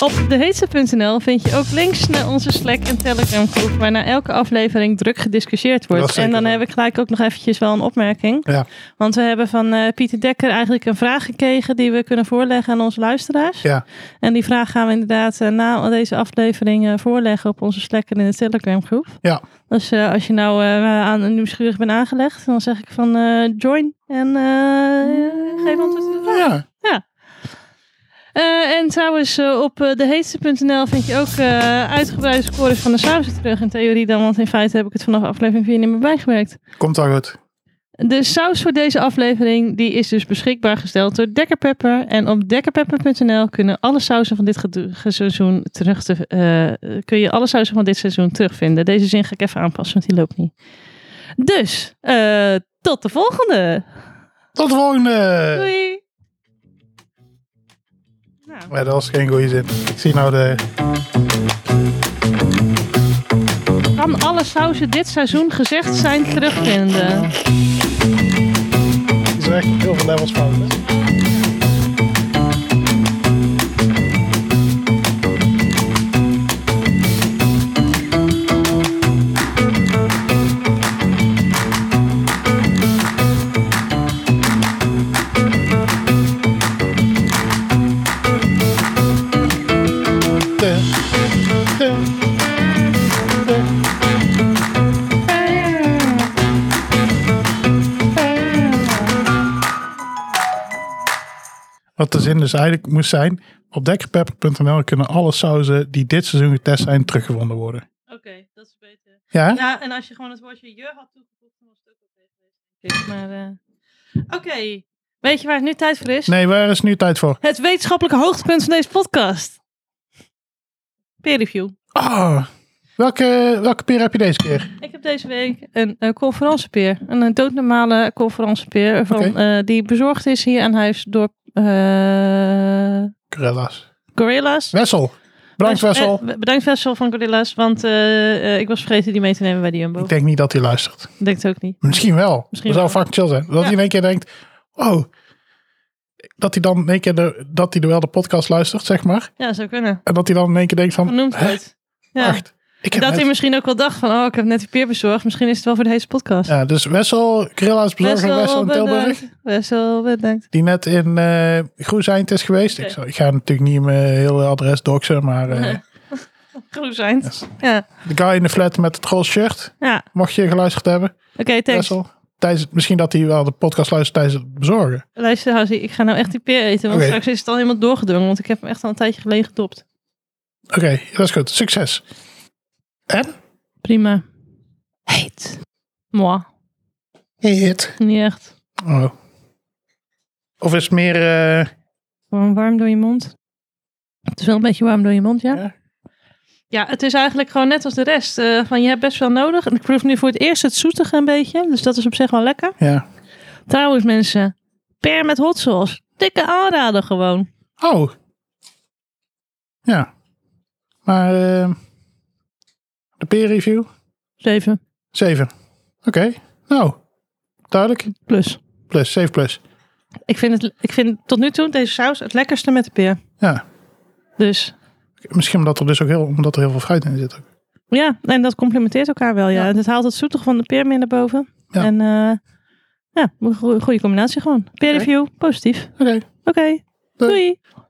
S1: Op deheetste.nl vind je ook links naar onze Slack en Telegram groep, waar na elke aflevering druk gediscussieerd
S2: Dat
S1: wordt.
S2: is zeker
S1: En dan
S2: zo.
S1: heb ik gelijk ook nog eventjes wel een opmerking.
S2: Ja.
S1: Want we hebben van eh, Pieter Dekker eigenlijk een vraag gekregen die we kunnen voorleggen aan onze luisteraars.
S2: Ja.
S1: En die vraag gaan we inderdaad eh, na deze aflevering eh, voorleggen op onze Slack en in de Telegram groep.
S2: Ja.
S1: Dus eh, als je nou eh, aan nieuwsgierig bent aangelegd, dan zeg ik van eh, join en eh geef antwoord op de vraag.
S2: Ja.
S1: Eh, en trouwens, eh, op eh, deheetste.nl vind je ook eh, uitgebreide scores van de sausen terug. In theorie dan, want in feite heb ik het vanaf aflevering 4 niet meer bijgewerkt.
S2: Komt al goed.
S1: De saus voor deze aflevering die is dus beschikbaar gesteld door Dekker Pepper. En op dekkerpepper.nl kunnen alle sausen van dit gedo- ge- seizoen terug te, eh, kun je alle sausen van dit seizoen terugvinden. Deze zin ga ik even aanpassen, want die loopt niet. Dus, eh, tot de volgende.
S2: Tot de volgende.
S1: Doei. Nou.
S2: Maar dat was geen goede zin. Ik zie nou de...
S1: Kan alle sausen dit seizoen gezegd zijn terugvinden?
S2: Die zijn echt heel veel levels fout. hè? Dun, dun, dun. Wat de zin dus eigenlijk moest zijn. Op dekkerpepper.nl kunnen alle sauzen die dit seizoen getest zijn teruggevonden worden.
S1: Oké, dat is beter.
S2: Ja? hè?
S1: Ja, en als je gewoon het woordje je had toegevoegd, dan was het ook oké geweest. Maar, eh, Oké, weet je waar het nu tijd voor is?
S2: Nee, waar is nu tijd voor?
S1: Het wetenschappelijke hoogtepunt van deze podcast. Peer review.
S2: Ah, welke, welke peer heb je deze keer?
S1: Ik heb deze week een eh, conferentiepeer. Een, eh, doodnormale conferentiepeer. Van, eh, die bezorgd is hier aan huis door eh
S2: Gorilla's.
S1: Gorilla's.
S2: Wessel. Bedankt Wessel.
S1: Eh, bedankt Wessel van Gorilla's. Want eh, eh, ik was vergeten die mee te nemen bij de Jumbo.
S2: Ik denk niet dat hij luistert.
S1: Ik denk het ook niet.
S2: Misschien wel.
S1: eh, Misschien
S2: dat zou
S1: wel.
S2: fucking chill zijn. Dat
S1: Ja.
S2: hij in één keer denkt, oh, dat hij dan in één keer de, dat hij wel de podcast luistert, zeg maar.
S1: Ja, zou kunnen.
S2: En dat hij dan in één keer denkt van,
S1: Genoemd
S2: hè,
S1: wordt. Ja.
S2: wacht. Ik heb
S1: dat hij
S2: net-
S1: misschien ook wel dacht van, oh, ik heb net die peer bezorgd. Misschien is het wel voor deze podcast.
S2: ja, dus Wessel, Gorilla's bezorger Wessel in
S1: eh,
S2: Tilburg.
S1: Wessel, bedankt.
S2: die net in eh Groeseind is geweest.
S1: Oké.
S2: Ik, zal- ik ga natuurlijk niet mijn hele adres doxen, maar eh,
S1: Groen zijn.
S2: Yes.
S1: Ja,
S2: de guy in de flat met het roze shirt,
S1: ja.
S2: mocht je geluisterd hebben,
S1: Oké, thanks.
S2: Wessel. Tijdens, misschien dat hij wel de podcast luistert tijdens het bezorgen.
S1: Luister, Hazzy, ik ga nou echt die peer eten. Want
S2: Oké.
S1: straks is het al helemaal doorgedrongen. Want ik heb hem echt al een tijdje geleden gedopt.
S2: Oké, dat is goed. Succes. En?
S1: Prima. Heet. Moi.
S2: Hit.
S1: Niet echt.
S2: Oh. Of is het meer... eh,
S1: Gewoon warm door je mond. Het is wel een beetje warm door je mond, ja?
S2: Ja.
S1: Ja, het is eigenlijk gewoon net als de rest. eh, van, je hebt best wel nodig. En ik proef nu voor het eerst het zoetige een beetje. Dus dat is op zich wel lekker.
S2: ja.
S1: Trouwens, mensen. Per met hot sauce. Dikke aanrader gewoon.
S2: Oh. Ja. Maar eh, de peer review?
S1: 7
S2: 7. Oké. Nou, duidelijk.
S1: plus.
S2: Plus, 7 plus.
S1: Ik vind, het, ik vind tot nu toe deze saus het lekkerste met de peer.
S2: Ja.
S1: Dus
S2: Misschien omdat er dus ook heel, omdat er heel veel fruit in zit. ook.
S1: ja, en dat complementeert elkaar wel. Ja.
S2: Ja.
S1: En Het haalt het zoetig van de peer meer naar boven.
S2: Ja.
S1: En eh, ja, een goe- goede combinatie gewoon. Peer review, positief.
S2: Oké.
S1: Oké, doei.